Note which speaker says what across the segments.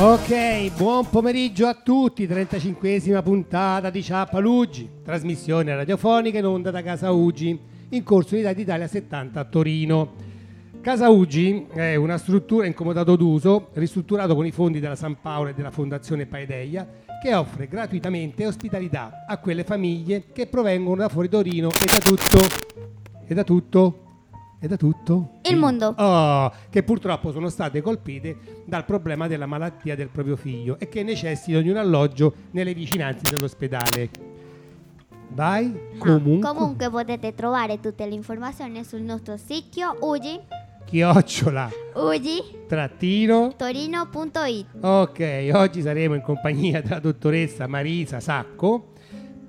Speaker 1: Ok, buon pomeriggio a tutti, 35esima puntata di Ciappalugi, trasmissione radiofonica in onda da Casa Ugi, in corso Unità d'Italia 70 a Torino. Casa Ugi è una struttura in comodato d'uso, ristrutturato con i fondi della San Paolo e della Fondazione Paideia, che offre gratuitamente ospitalità a quelle famiglie che provengono da fuori Torino e da tutto, e da tutto, e da tutto
Speaker 2: Il mondo.
Speaker 1: Oh, che purtroppo sono state colpite dal problema della malattia del proprio figlio e che necessitano di un alloggio nelle vicinanze dell'ospedale. Vai, comunque,
Speaker 2: Ah, Comunque potete trovare tutte le informazioni sul nostro sito ugi,
Speaker 1: chiocciola,
Speaker 2: ugi
Speaker 1: trattino.
Speaker 2: torino.it.
Speaker 1: Ok, oggi saremo in compagnia della dottoressa Marisa Sacco.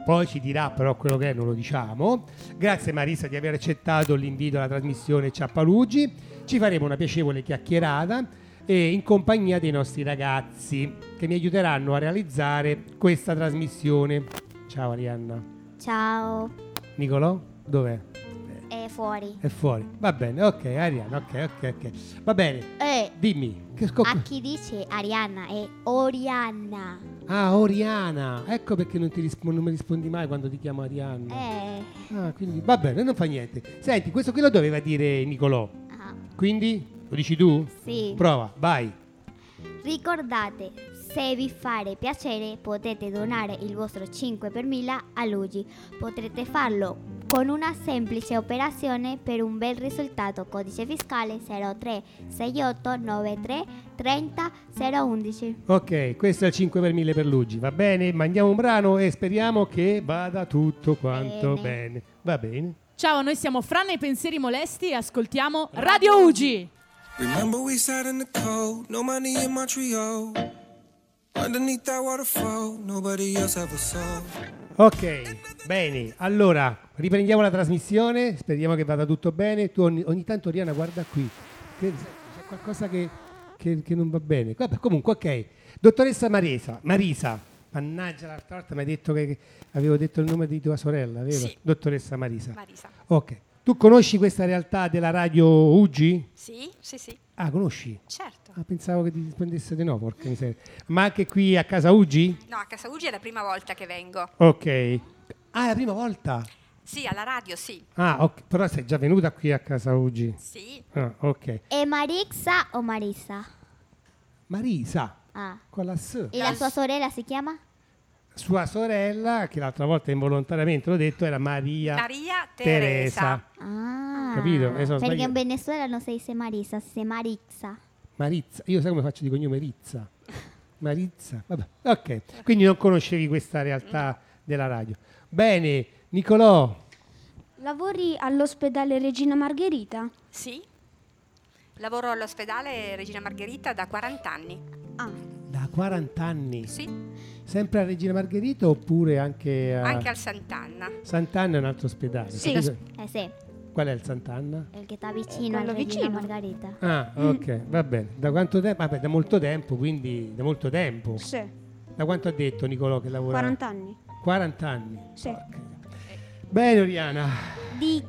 Speaker 1: Poi ci dirà però quello che è, non lo diciamo. Grazie Marisa di aver accettato l'invito alla trasmissione Ciappalugi. Ci faremo una piacevole chiacchierata eh, in compagnia dei nostri ragazzi che mi aiuteranno a realizzare questa trasmissione. Ciao Arianna.
Speaker 2: Ciao,
Speaker 1: Nicolò, dov'è?
Speaker 2: è fuori.
Speaker 1: È fuori. Va bene, ok Arianna, ok, ok, ok. Va bene,
Speaker 2: E
Speaker 1: dimmi. Che sco-
Speaker 2: a chi dice eh, Arianna è Orianna.
Speaker 1: Ah, Oriana, ecco perché non, ti rispo- non mi rispondi mai quando ti chiamo Arianna.
Speaker 2: Eh,
Speaker 1: Ah, quindi va bene, non fa niente. Senti, questo qui lo doveva dire Nicolò,
Speaker 2: ah,
Speaker 1: quindi lo dici tu?
Speaker 2: sì.
Speaker 1: Prova, vai.
Speaker 2: Ricordate, se vi fare piacere potete donare il vostro 5 per 1000 a Luigi. Potrete farlo con una semplice operazione per un bel risultato. Codice fiscale 036893 30 011.
Speaker 1: Ok, questo è il 5 per 1000 per Luigi, va bene? Mandiamo un brano e speriamo che vada tutto quanto
Speaker 2: Bene.
Speaker 1: bene. Va bene.
Speaker 3: Ciao, noi siamo Fran e i pensieri molesti e ascoltiamo Radio Ugi.
Speaker 4: Remember we sat in the cold, no money in Montreal. Underneath that waterfall, nobody else ever saw.
Speaker 1: Ok, bene. Allora, riprendiamo la trasmissione, speriamo che vada tutto bene. Tu ogni, ogni tanto Riana guarda qui, che- c'è qualcosa che, che- che non va bene. Vabbè, comunque, ok. Dottoressa Marisa, Marisa, mannaggia l'altra volta mi hai detto che che avevo detto il nome di tua sorella, vero?
Speaker 5: Sì.
Speaker 1: Dottoressa Marisa.
Speaker 5: Marisa.
Speaker 1: Ok. Tu conosci questa realtà della radio Ugi?
Speaker 5: Sì, sì, sì,
Speaker 1: Ah, conosci?
Speaker 5: certo.
Speaker 1: Ah, pensavo che ti rispondesse di no, porca miseria. Ma anche qui a casa Ugi?
Speaker 5: No, a Casa Ugi è la prima volta che vengo.
Speaker 1: Ok. Ah, è la prima volta?
Speaker 5: Sì, alla radio, sì.
Speaker 1: Ah, ok, però sei già venuta qui a casa oggi.
Speaker 5: Sì.
Speaker 1: Ah, ok.
Speaker 2: È Marixa o Marisa?
Speaker 1: Marisa,
Speaker 2: Ah.
Speaker 1: con la S.
Speaker 2: E la sua sorella si chiama?
Speaker 1: Sua sorella, che l'altra volta involontariamente l'ho detto, era Maria,
Speaker 5: Maria
Speaker 1: Teresa.
Speaker 5: Teresa.
Speaker 2: Ah.
Speaker 1: Capito, eh, se non
Speaker 2: Perché
Speaker 1: sbaglio-
Speaker 2: in Venezuela non si dice Marisa, si dice Marixa.
Speaker 1: Marizza. Io sai come faccio di cognome Rizza. Marizza. Vabbè. Ok, quindi non conoscevi questa realtà della radio. Bene, Nicolò.
Speaker 6: Lavori all'ospedale Regina Margherita?
Speaker 5: Sì. Lavoro all'ospedale Regina Margherita da 40 anni.
Speaker 6: Ah,
Speaker 1: Da 40 anni,
Speaker 5: Sì,
Speaker 1: sempre a Regina Margherita oppure anche a
Speaker 5: anche al Sant'Anna.
Speaker 1: Sant'Anna è un altro ospedale?
Speaker 6: Sì.
Speaker 1: Capito?
Speaker 2: Eh sì,
Speaker 1: Qual è il Sant'Anna?
Speaker 2: è il che sta vicino
Speaker 6: Eh, quello
Speaker 2: alla Regina
Speaker 6: vicino.
Speaker 2: Margherita.
Speaker 1: Ah, ok, va bene. Da quanto tempo? Vabbè, da molto tempo, quindi da molto tempo.
Speaker 6: sì,
Speaker 1: Da quanto ha detto Nicolò che lavora?
Speaker 6: 40 anni.
Speaker 1: 40 anni.
Speaker 6: Sì.
Speaker 1: Ok. Bene, Oriana.
Speaker 2: Di,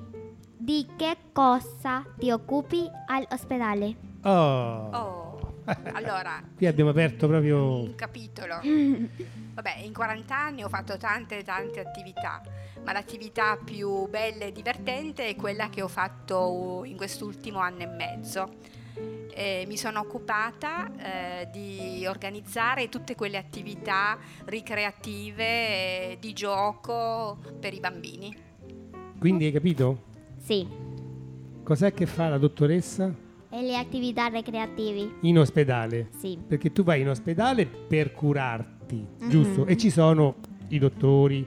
Speaker 2: di che cosa ti occupi all'ospedale?
Speaker 1: Oh.
Speaker 5: Oh, allora,
Speaker 1: Qui abbiamo aperto proprio...
Speaker 5: un capitolo. Vabbè, in 40 anni ho fatto tante tante attività, ma l'attività più bella e divertente è quella che ho fatto in quest'ultimo anno e mezzo. Eh, mi sono occupata eh, di organizzare tutte quelle attività ricreative eh, di gioco per i bambini.
Speaker 1: Quindi hai capito?
Speaker 2: Sì,
Speaker 1: Cos'è che fa la dottoressa
Speaker 2: e le attività ricreative.
Speaker 1: in ospedale?
Speaker 2: Sì,
Speaker 1: Perché tu vai in ospedale per curarti, giusto? E ci sono i dottori,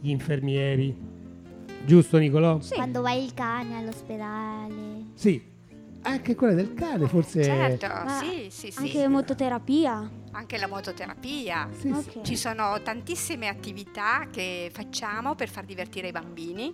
Speaker 1: gli infermieri. Giusto, Nicolò?
Speaker 6: Sì.
Speaker 2: quando vai il cane all'ospedale.
Speaker 1: Sì. Anche quella del cane forse...
Speaker 5: Certo,
Speaker 6: Ma
Speaker 5: sì, sì, sì.
Speaker 6: Anche mototerapia?
Speaker 5: anche la mototerapia.
Speaker 1: Sì, sì.
Speaker 6: Ok.
Speaker 5: Ci sono tantissime attività che facciamo per far divertire i bambini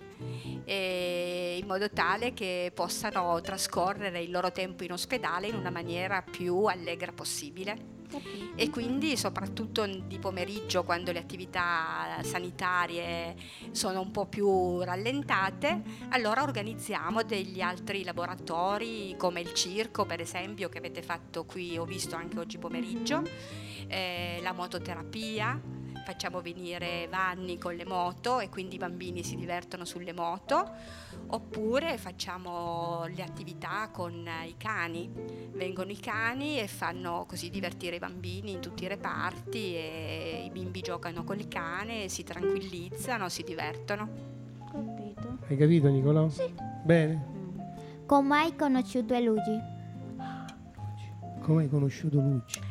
Speaker 5: eh, in modo tale che possano trascorrere il loro tempo in ospedale in una maniera più allegra possibile
Speaker 6: Capito.
Speaker 5: e quindi soprattutto di pomeriggio quando le attività sanitarie sono un po' più rallentate, allora organizziamo degli altri laboratori come il circo per esempio che avete fatto qui, ho visto anche oggi pomeriggio, eh, la mototerapia. Facciamo venire vanni con le moto e quindi i bambini si divertono sulle moto, oppure facciamo le attività con eh, i cani, vengono i cani e fanno così divertire i bambini in tutti i reparti e i bimbi giocano col cane, si tranquillizzano, si divertono.
Speaker 6: Capito.
Speaker 1: Hai capito Nicolò?
Speaker 6: Sì.
Speaker 1: Bene.
Speaker 2: Come hai conosciuto Elugi?
Speaker 1: Come hai conosciuto Luigi?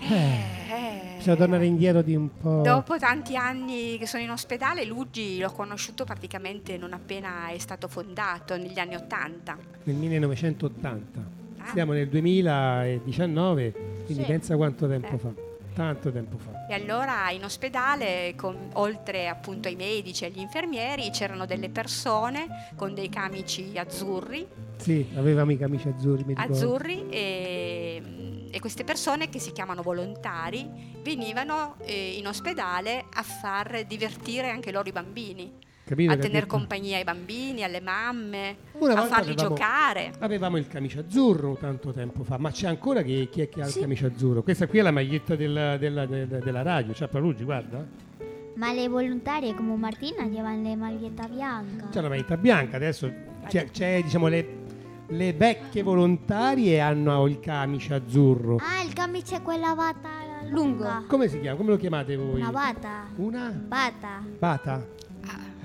Speaker 5: Eh,
Speaker 1: Bisogna tornare indietro di un po'.
Speaker 5: Dopo tanti anni che sono in ospedale, Luigi l'ho conosciuto praticamente non appena è stato fondato, negli anni Ottanta.
Speaker 1: Nel 1980.
Speaker 5: Ah.
Speaker 1: Siamo nel 2019, quindi
Speaker 6: Sì.
Speaker 1: pensa quanto tempo
Speaker 5: Eh.
Speaker 1: fa. Tanto tempo fa.
Speaker 5: E allora in ospedale, con- oltre appunto ai medici e agli infermieri, c'erano delle persone con dei camici azzurri
Speaker 1: Sì, avevamo i camici azzurri, mi ricordo.
Speaker 5: azzurri e, e queste persone che si chiamano volontari venivano eh, in ospedale a far divertire anche loro i bambini,
Speaker 1: Capito?
Speaker 5: a
Speaker 1: che
Speaker 5: tener
Speaker 1: detto?
Speaker 5: compagnia ai bambini, alle mamme,
Speaker 1: Una
Speaker 5: a
Speaker 1: volta
Speaker 5: farli
Speaker 1: avevamo-
Speaker 5: giocare.
Speaker 1: Avevamo il camice azzurro tanto tempo fa, ma c'è ancora chi, chi è che ha
Speaker 6: Sì.
Speaker 1: il camice azzurro? Questa qui è la maglietta della, della- della- della radio, c'è Paluggi, guarda.
Speaker 2: Ma le volontarie como Martina llevan la maglietta bianca.
Speaker 1: C'è la maglietta bianca, adesso c'è, c'è, diciamo le, le vecchie volontarie hanno il camice azzurro.
Speaker 2: Ah, il camice è quella bata lunga.
Speaker 6: Lungo.
Speaker 1: Come si chiama? Come lo chiamate voi?
Speaker 2: Una bata.
Speaker 1: Una
Speaker 2: Bata.
Speaker 1: bata.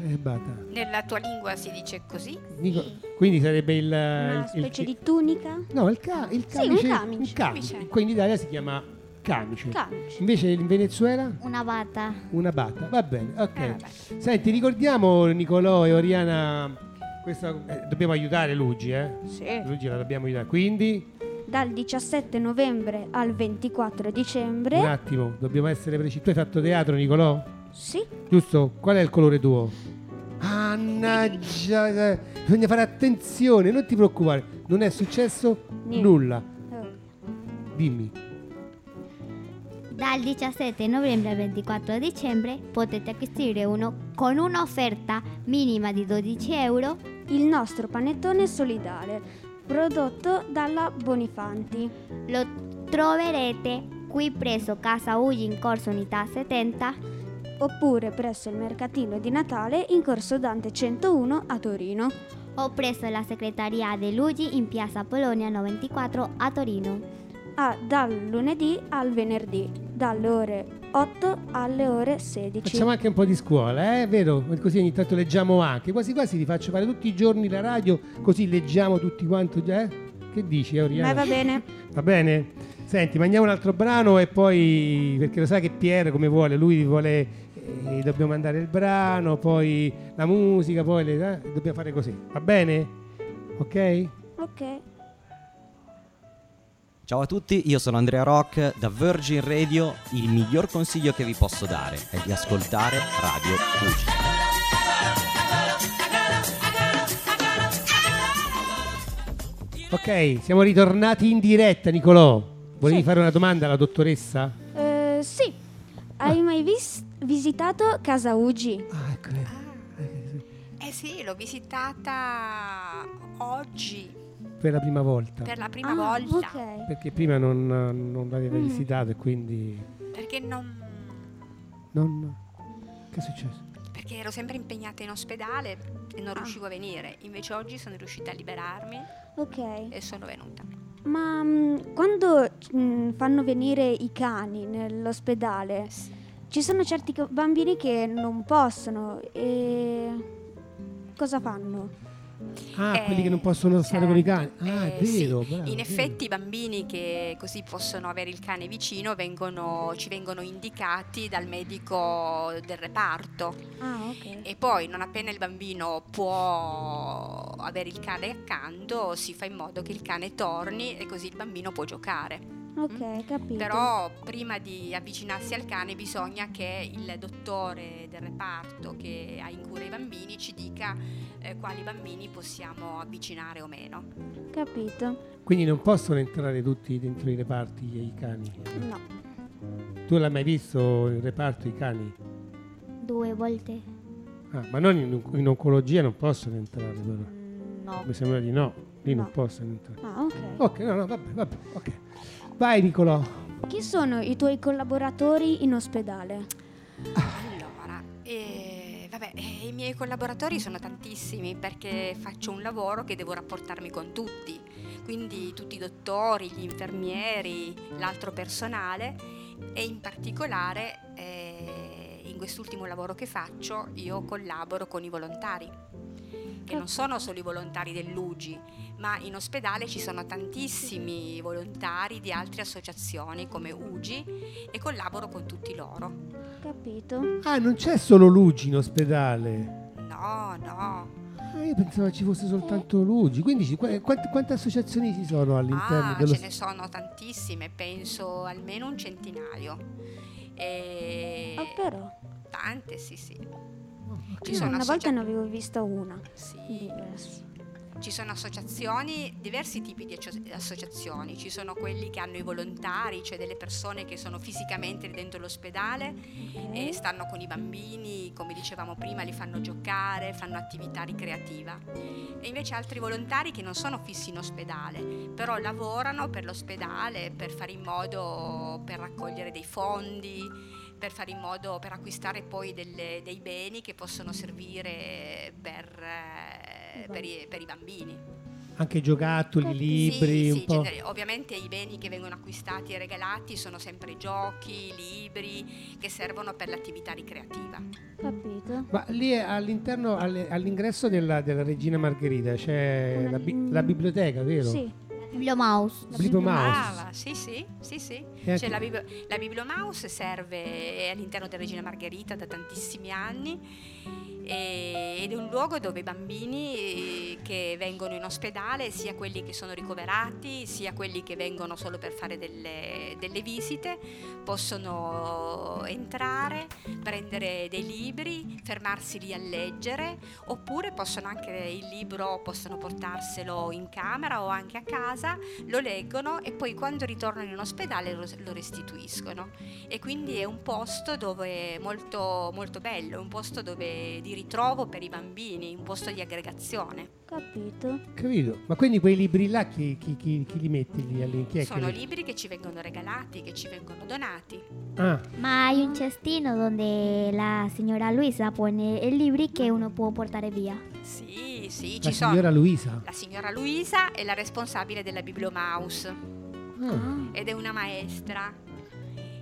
Speaker 1: Eh, bata.
Speaker 5: Nella tua lingua si dice così?
Speaker 1: Dico- Quindi sarebbe il...
Speaker 6: Una
Speaker 1: Eh, il-
Speaker 6: specie
Speaker 1: il-
Speaker 6: di tunica.
Speaker 1: No, il, ca- il
Speaker 6: Sì, un
Speaker 1: camice.
Speaker 6: camice.
Speaker 1: un camice.
Speaker 5: Camice.
Speaker 1: Qui in Italia si chiama camice.
Speaker 6: Camice.
Speaker 1: Invece in Venezuela?
Speaker 2: Una bata.
Speaker 1: Una bata, va bene, ok.
Speaker 6: Ah,
Speaker 5: Eh, vabbè.
Speaker 1: Senti, ricordiamo Nicolò e Oriana, questa, eh, dobbiamo aiutare Luigi, eh?
Speaker 6: Sì.
Speaker 1: Luigi la dobbiamo aiutare, quindi
Speaker 6: Dal 17 novembre al 24 dicembre.
Speaker 1: un attimo, dobbiamo essere precisi. Tu hai fatto teatro Nicolò?
Speaker 6: Sì.
Speaker 1: Giusto? Qual è il colore tuo? Annaggia, eh, bisogna fare attenzione, non ti preoccupare, non è successo
Speaker 6: Niente.
Speaker 1: nulla.
Speaker 6: Eh,
Speaker 1: Dimmi,
Speaker 2: Dal 17 novembre al 24 dicembre potete acquistare uno con un'offerta minima di 12 euro.
Speaker 6: Il nostro panettone solidale, prodotto dalla Bonifanti.
Speaker 2: Lo troverete qui presso Casa Uggi in corso Unità 70
Speaker 6: Oppure presso il mercatino di Natale in corso Dante 101 a Torino.
Speaker 2: o presso la segreteria di Luigi in Piazza Polonia 94 a Torino.
Speaker 6: Ah, dal lunedì al venerdì, dalle ore 8 alle ore 16.
Speaker 1: facciamo anche un po' di scuola, eh? Vero? Così ogni tanto leggiamo anche, quasi quasi ti faccio fare tutti i giorni la radio, così leggiamo tutti quanto, eh? Che dici, eh, Oriana?
Speaker 6: Ma va bene.
Speaker 1: Va bene? Senti, mandiamo un altro brano e poi, perché lo sai che Pierre come vuole, lui vuole, eh, dobbiamo mandare il brano, poi la musica, poi le, eh, dobbiamo fare così, va bene? Ok?
Speaker 6: Ok.
Speaker 7: Ciao a tutti, io sono Andrea Rock da Virgin Radio. Il miglior consiglio che vi posso dare è di ascoltare Radio Fuji.
Speaker 1: Ok, siamo ritornati in diretta, Nicolò. Volevi
Speaker 6: Sì.
Speaker 1: fare una domanda alla dottoressa?
Speaker 6: Eh, sì. Hai mai vis- visitato Casa Ugi?
Speaker 1: Ah, ecco.
Speaker 5: Eh sì, l'ho visitata oggi
Speaker 1: Per la prima volta.
Speaker 5: per la prima
Speaker 6: Ah,
Speaker 5: volta
Speaker 6: Ok.
Speaker 1: Perché prima non, non l'aveva visitato e quindi...
Speaker 5: perché non...
Speaker 1: Non... Che è successo?
Speaker 5: perché ero sempre impegnata in ospedale e
Speaker 6: Ah.
Speaker 5: non riuscivo a venire, invece oggi sono riuscita a liberarmi
Speaker 6: Ok.
Speaker 5: e sono venuta.
Speaker 6: Ma mh, quando mh, fanno venire i cani nell'ospedale, ci sono certi co- bambini che non possono e cosa fanno?
Speaker 1: Ah,
Speaker 5: Eh,
Speaker 1: quelli che non possono stare con i cani.
Speaker 5: certo.
Speaker 1: Ah,
Speaker 5: Eh,
Speaker 1: è vero.
Speaker 5: sì.
Speaker 1: bravo,
Speaker 5: In
Speaker 1: è vero.
Speaker 5: effetti i bambini che così possono avere il cane vicino vengono- ci vengono indicati dal medico del reparto
Speaker 6: Ah, ok.
Speaker 5: e poi non appena il bambino può avere il cane accanto si fa in modo che il cane torni e così il bambino può giocare.
Speaker 6: Ok, capito.
Speaker 5: mm, Però prima di avvicinarsi al cane bisogna che il dottore del reparto che ha in cura i bambini ci dica eh, quali bambini possiamo avvicinare o meno.
Speaker 6: Capito.
Speaker 1: Quindi non possono entrare tutti dentro i reparti i cani.
Speaker 6: No.
Speaker 1: Tu l'hai mai visto il reparto i cani?
Speaker 2: Due volte.
Speaker 1: Ah, ma non in, in oncologia non possono entrare però.
Speaker 2: No.
Speaker 1: Mi sembra di no, lì non
Speaker 6: No.
Speaker 1: possono entrare.
Speaker 6: Ah, ok.
Speaker 1: Ok, no, no, vabbè, vabbè, ok. Vai Nicolò.
Speaker 6: Chi sono i tuoi collaboratori in ospedale?
Speaker 5: Allora, eh, vabbè, eh, i miei collaboratori sono tantissimi perché faccio un lavoro che devo rapportarmi con tutti, quindi tutti i dottori, gli infermieri, l'altro personale e in particolare eh, in quest'ultimo lavoro che faccio io collaboro con i volontari che non sono solo i volontari dell'UGI, ma in ospedale ci sono tantissimi volontari di altre associazioni come UGI e collaboro con tutti loro.
Speaker 6: Capito.
Speaker 1: Ah, non c'è solo Luigi in ospedale.
Speaker 5: No, no.
Speaker 1: Ah, io pensavo ci fosse soltanto Luigi. Quindi ci- qua- quante, quante associazioni ci sono all'interno
Speaker 5: Ah,
Speaker 1: dello
Speaker 5: ce ne sono tantissime, penso almeno un centinaio. E
Speaker 6: Ah, però.
Speaker 5: Tante, sì, sì. Ci
Speaker 6: Io
Speaker 5: sono
Speaker 6: una volta
Speaker 5: associa-
Speaker 6: ne avevo vista una.
Speaker 5: sì.
Speaker 6: Diversa.
Speaker 5: Ci sono associazioni, diversi tipi di associ- associazioni, ci sono quelli che hanno i volontari, cioè delle persone che sono fisicamente dentro l'ospedale
Speaker 1: Mm.
Speaker 5: e stanno con i bambini, come dicevamo prima, li fanno giocare, fanno attività ricreativa. E invece altri volontari che non sono fissi in ospedale, però lavorano per l'ospedale per fare in modo per raccogliere dei fondi, per fare in modo per acquistare poi delle- dei beni che possono servire per, eh, per i, per i bambini.
Speaker 1: Anche giocattoli, libri,
Speaker 5: sì,
Speaker 1: un
Speaker 5: sì,
Speaker 1: po'.
Speaker 5: genere- ovviamente i beni che vengono acquistati e regalati sono sempre giochi, libri che servono per l'attività ricreativa.
Speaker 6: Capito.
Speaker 1: Ma lì è all'interno, alle- all'ingresso della, della Regina Margherita c'è
Speaker 6: Una-
Speaker 1: la, bi- la biblioteca, vero?
Speaker 6: Sì.
Speaker 2: Blomaus.
Speaker 6: La
Speaker 1: Blippo
Speaker 6: biblioteca.
Speaker 1: Mouse.
Speaker 5: Brava, sì, sì, sì, sì.
Speaker 1: E
Speaker 5: C'è la,
Speaker 1: anche-
Speaker 5: bibli- la Bibliomouse serve è all'interno della Regina Margherita da tantissimi anni e- ed è un luogo dove i bambini eh, che vengono in ospedale, sia quelli che sono ricoverati, sia quelli che vengono solo per fare delle, delle visite, possono entrare, prendere dei libri, fermarsi lì a leggere oppure possono anche il libro, possono portarselo in camera o anche a casa lo leggono e poi quando ritornano in ospedale lo, lo restituiscono. E quindi è un posto dove molto, molto bello, è un posto dove di ritrovo per i bambini, un posto di aggregazione.
Speaker 6: Capito.
Speaker 1: Capito? Ma quindi quei libri là chi, chi- chi- chi li metti lì? alle- chi è che
Speaker 5: Sono
Speaker 1: li-
Speaker 5: libri che ci vengono regalati, che ci vengono donati.
Speaker 1: Ah,
Speaker 2: Ma hay un cestino donde la señora Luisa pone el libro y que uno puede portar vía.
Speaker 5: Sì, sì,
Speaker 1: la
Speaker 5: ci
Speaker 1: signora
Speaker 5: sono.
Speaker 1: Luisa.
Speaker 5: La signora Luisa è la responsabile della Bibliomouse
Speaker 1: Ah,
Speaker 6: Mm.
Speaker 5: ed è una maestra.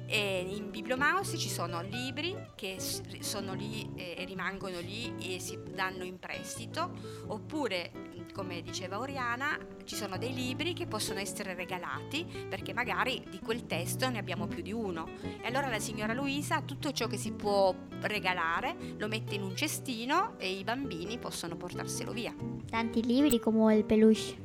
Speaker 5: E in Bibliomouse ci sono libri che s- sono lì eh, e rimangono lì e si danno in prestito, oppure, mh, come diceva Oriana, ci sono dei libri che possono essere regalati perché magari di quel testo ne abbiamo più di uno. E allora la signora Luisa tutto ciò che si può regalare lo mette in un cestino e i bambini possono portarselo via.
Speaker 2: Tanti libri como el peluche.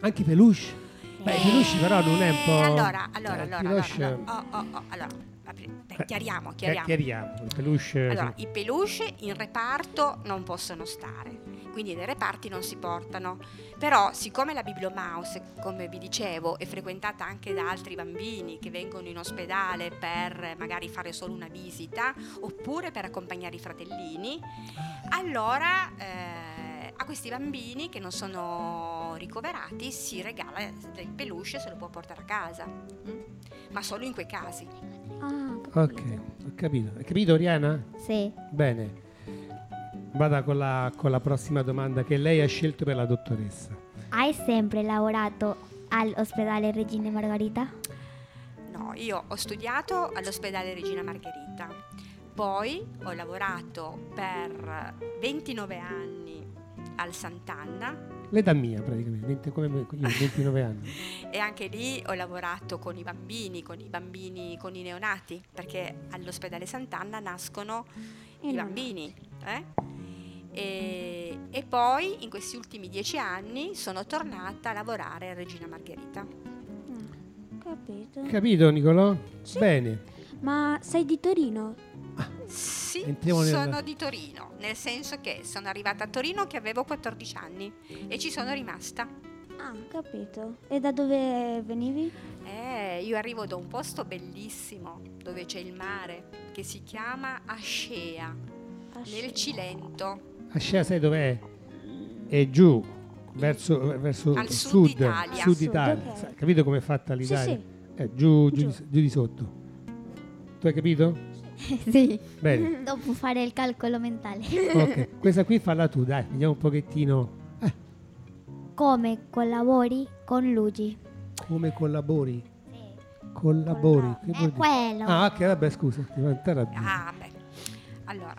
Speaker 1: Anche i peluche. Beh, i peluche però non è un po'...
Speaker 5: Eh, Allora,
Speaker 1: Eh,
Speaker 5: allora, allora,
Speaker 1: il
Speaker 5: allora,
Speaker 1: peluche-
Speaker 5: allora, oh, oh, oh, allora, apri- dai, chiariamo,
Speaker 1: Eh,
Speaker 5: chiariamo.
Speaker 1: chiariamo, il peluche...
Speaker 5: Allora, i peluche in reparto non possono stare, quindi nei reparti non si portano. Però, siccome la Bibliomouse, come vi dicevo, è frequentata anche da altri bambini che vengono in ospedale per eh, magari fare solo una visita oppure per accompagnare i fratellini, allora eh, a questi bambini che non sono ricoverati si regala il peluche e se lo può portare a casa, mm? ma solo in quei casi.
Speaker 6: Ah, capito.
Speaker 1: Ok, ho capito. Hai capito Oriana?
Speaker 2: Sí.
Speaker 1: Bene. Vada con la, con la prossima domanda che lei ha scelto per la dottoressa.
Speaker 2: Hai siempre lavorato al ospedale Regina Margarita?
Speaker 5: No, io ho studiato all'ospedale Regina Margherita, poi ho lavorato per 29 anni al Sant'Anna
Speaker 1: L'età mia praticamente, 20 come me, io, 29 anni.
Speaker 5: e anche lì ho lavorato con i bambini, con i bambini, con i neonati, perché all'ospedale Sant'Anna nascono i
Speaker 6: neonati.
Speaker 5: bambini. eh? E, e poi in questi ultimi dieci anni sono tornata a lavorare a Regina Margherita.
Speaker 6: Mm. Capito.
Speaker 1: Capito Nicolò?
Speaker 6: Sì.
Speaker 1: Bene.
Speaker 6: Ma sei di Torino?
Speaker 5: Sì,
Speaker 1: Entriamo nel-
Speaker 5: sono di Torino, nel senso che sono arrivata a Torino che avevo 14 anni e ci sono rimasta.
Speaker 6: Ah, capito. E da dove venivi?
Speaker 5: Eh, io arrivo da un posto bellissimo dove c'è il mare che si chiama Ascea, nel Cilento,
Speaker 1: Ascea sai dov'è? È giù, verso, verso
Speaker 5: Al sud
Speaker 1: sud,
Speaker 5: Italia.
Speaker 1: sud
Speaker 6: Sud,
Speaker 1: Italia.
Speaker 6: ok.
Speaker 1: Sa- Capito com'è fatta
Speaker 6: Sì,
Speaker 1: l'Italia?
Speaker 6: sì.
Speaker 1: Eh, giù, giù,
Speaker 6: Giù.
Speaker 1: Di, giù di sotto. Tu hai capito?
Speaker 2: sì.
Speaker 1: Bene,
Speaker 2: Dopo fare il calcolo mentale.
Speaker 1: ok. Questa qui falla tu, dai, vediamo un pochettino
Speaker 2: Come collabori con Luigi?
Speaker 1: come collabori. Collabori. che vuol
Speaker 2: È
Speaker 1: dire?
Speaker 2: quello.
Speaker 1: Ah, ok, vabbè, scusa. ti fa- te la-
Speaker 5: Ah, beh. Allora,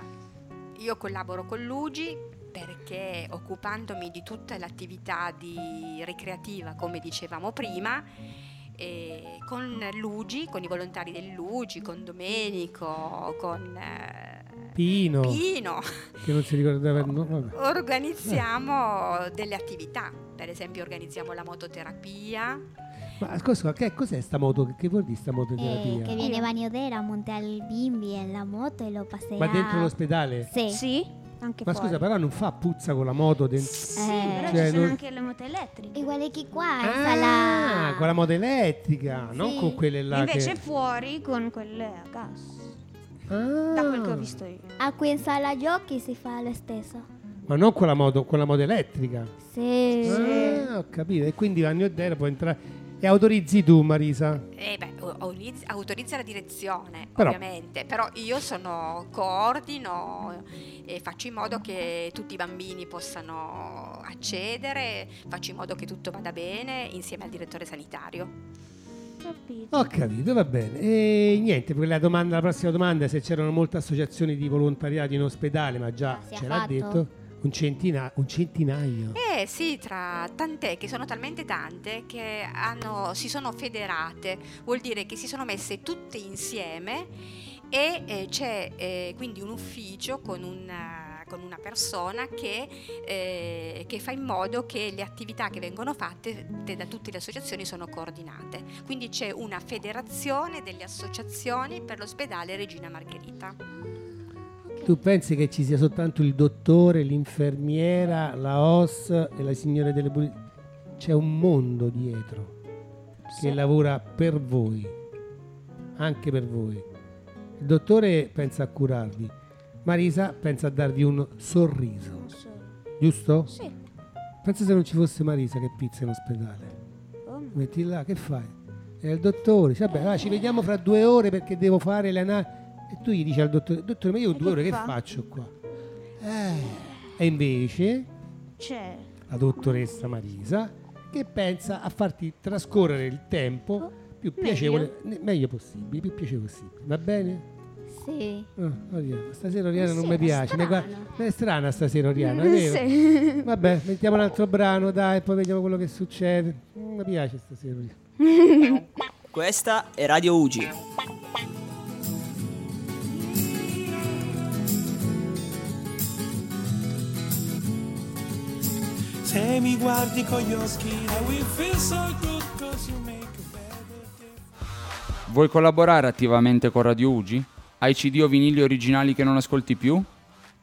Speaker 5: io collaboro con Luigi perché occupandomi di tutta l'attività di ricreativa, come dicevamo prima, eh, con Luigi, con i volontari del Luigi, con Domenico, con eh,
Speaker 1: Pino,
Speaker 5: Pino, Oh,
Speaker 1: che non si ricordava il nome. vabbè.
Speaker 5: organizziamo delle attività. Per esempio organizziamo la mototerapia,
Speaker 1: Ma scusa, che cos'è sta moto? Che, che vuol dire sta
Speaker 2: Eh,
Speaker 1: mototerapia?
Speaker 2: que viene Baniodera, monte al bimbi en la moto y lo pasea.
Speaker 1: Ma dentro l'ospedale?
Speaker 2: Sí.
Speaker 6: Sì, anche
Speaker 1: Ma
Speaker 6: fuori.
Speaker 1: scusa, però non fa puzza con la moto dentro?
Speaker 6: Sì,
Speaker 2: Eh.
Speaker 6: però
Speaker 1: Cioè,
Speaker 6: ci sono
Speaker 1: non-
Speaker 6: anche le moto elettriche.
Speaker 2: Igual aquí cuál,
Speaker 1: Ah, con la moto elettrica, non
Speaker 2: Sì.
Speaker 1: con quelle là
Speaker 6: Invece
Speaker 1: che...
Speaker 6: fuori con quelle a gas.
Speaker 1: Ah.
Speaker 6: Da quel che ho visto io.
Speaker 2: Aquí en sala yo que se fa lo stesso.
Speaker 1: Ah, Ma non con la moto, con la moto elettrica.
Speaker 2: Sí.
Speaker 1: Ah, ho capito. E quindi Vanni Odera può entrare... E autorizzi tu, Marisa?
Speaker 5: Eh beh, o- oniz- autorizza la direzione,
Speaker 1: Però-
Speaker 5: ovviamente, però io sono coordino e faccio in modo che tutti i bambini possano accedere, faccio in modo che tutto vada bene insieme al direttore sanitario.
Speaker 6: Capito.
Speaker 1: Ho capito, va bene. E niente, per la, domanda, la prossima domanda è se c'erano molte associazioni di volontariato in ospedale, ma già
Speaker 2: Ma si è
Speaker 1: ce l'ha
Speaker 2: fatto?
Speaker 1: detto. Un, centina- un centinaio.
Speaker 5: Eh sì, tra tant'è che sono talmente tante che hanno- si sono federate, vuol dire che si sono messe tutte insieme e eh, c'è eh, quindi un ufficio con una con una persona che, eh, che fa in modo che le attività che vengono fatte te- da tutte le associazioni sono coordinate. Quindi c'è una federazione delle associazioni per l'ospedale Regina Margherita.
Speaker 1: Ah. Tu pensi che ci sia soltanto il dottore, l'infermiera, la OS e la signora delle pulizie? C'è un mondo dietro che lavora per voi, anche per voi. Il dottore pensa a curarvi, Marisa pensa a darvi un sorriso,
Speaker 6: Non so.
Speaker 1: giusto?
Speaker 6: Sì.
Speaker 1: Pensa se non ci fosse Marisa che pizza in ospedale.
Speaker 6: Come?
Speaker 1: Metti là, che fai? E il dottore, dice, vabbè, va, ci vediamo fra due ore perché devo fare le analisi. E tu gli dici al dottore, dottore, ma io
Speaker 6: E
Speaker 1: due
Speaker 6: che
Speaker 1: ore
Speaker 6: fa?"
Speaker 1: che faccio qua? Eh. E invece
Speaker 6: C'è.
Speaker 1: la dottoressa Marisa che pensa a farti trascorrere il tempo più
Speaker 6: Oh, Meglio.
Speaker 1: piacevole, ne- meglio possibile, più piacevole possibile, va bene?
Speaker 2: Sí.
Speaker 1: Ah, Oriana, Stasera Oriana
Speaker 6: Eh
Speaker 1: non
Speaker 6: sì,
Speaker 1: mi
Speaker 6: è
Speaker 1: piace, mi
Speaker 6: strano.
Speaker 1: guarda- è strana stasera Oriana, è
Speaker 6: Mm,
Speaker 1: vero?
Speaker 6: sì.
Speaker 1: Vabbè, mettiamo un altro brano, dai, poi vediamo quello che succede. Non mi piace stasera Oriana.
Speaker 8: Questa è Radio Ugi.
Speaker 4: Se mi guardi con gli occhi, I will feel so good 'cause you make a better day.
Speaker 9: Vuoi collaborare attivamente con Radio Ugi? Hai CD o vinili originali che non ascolti più?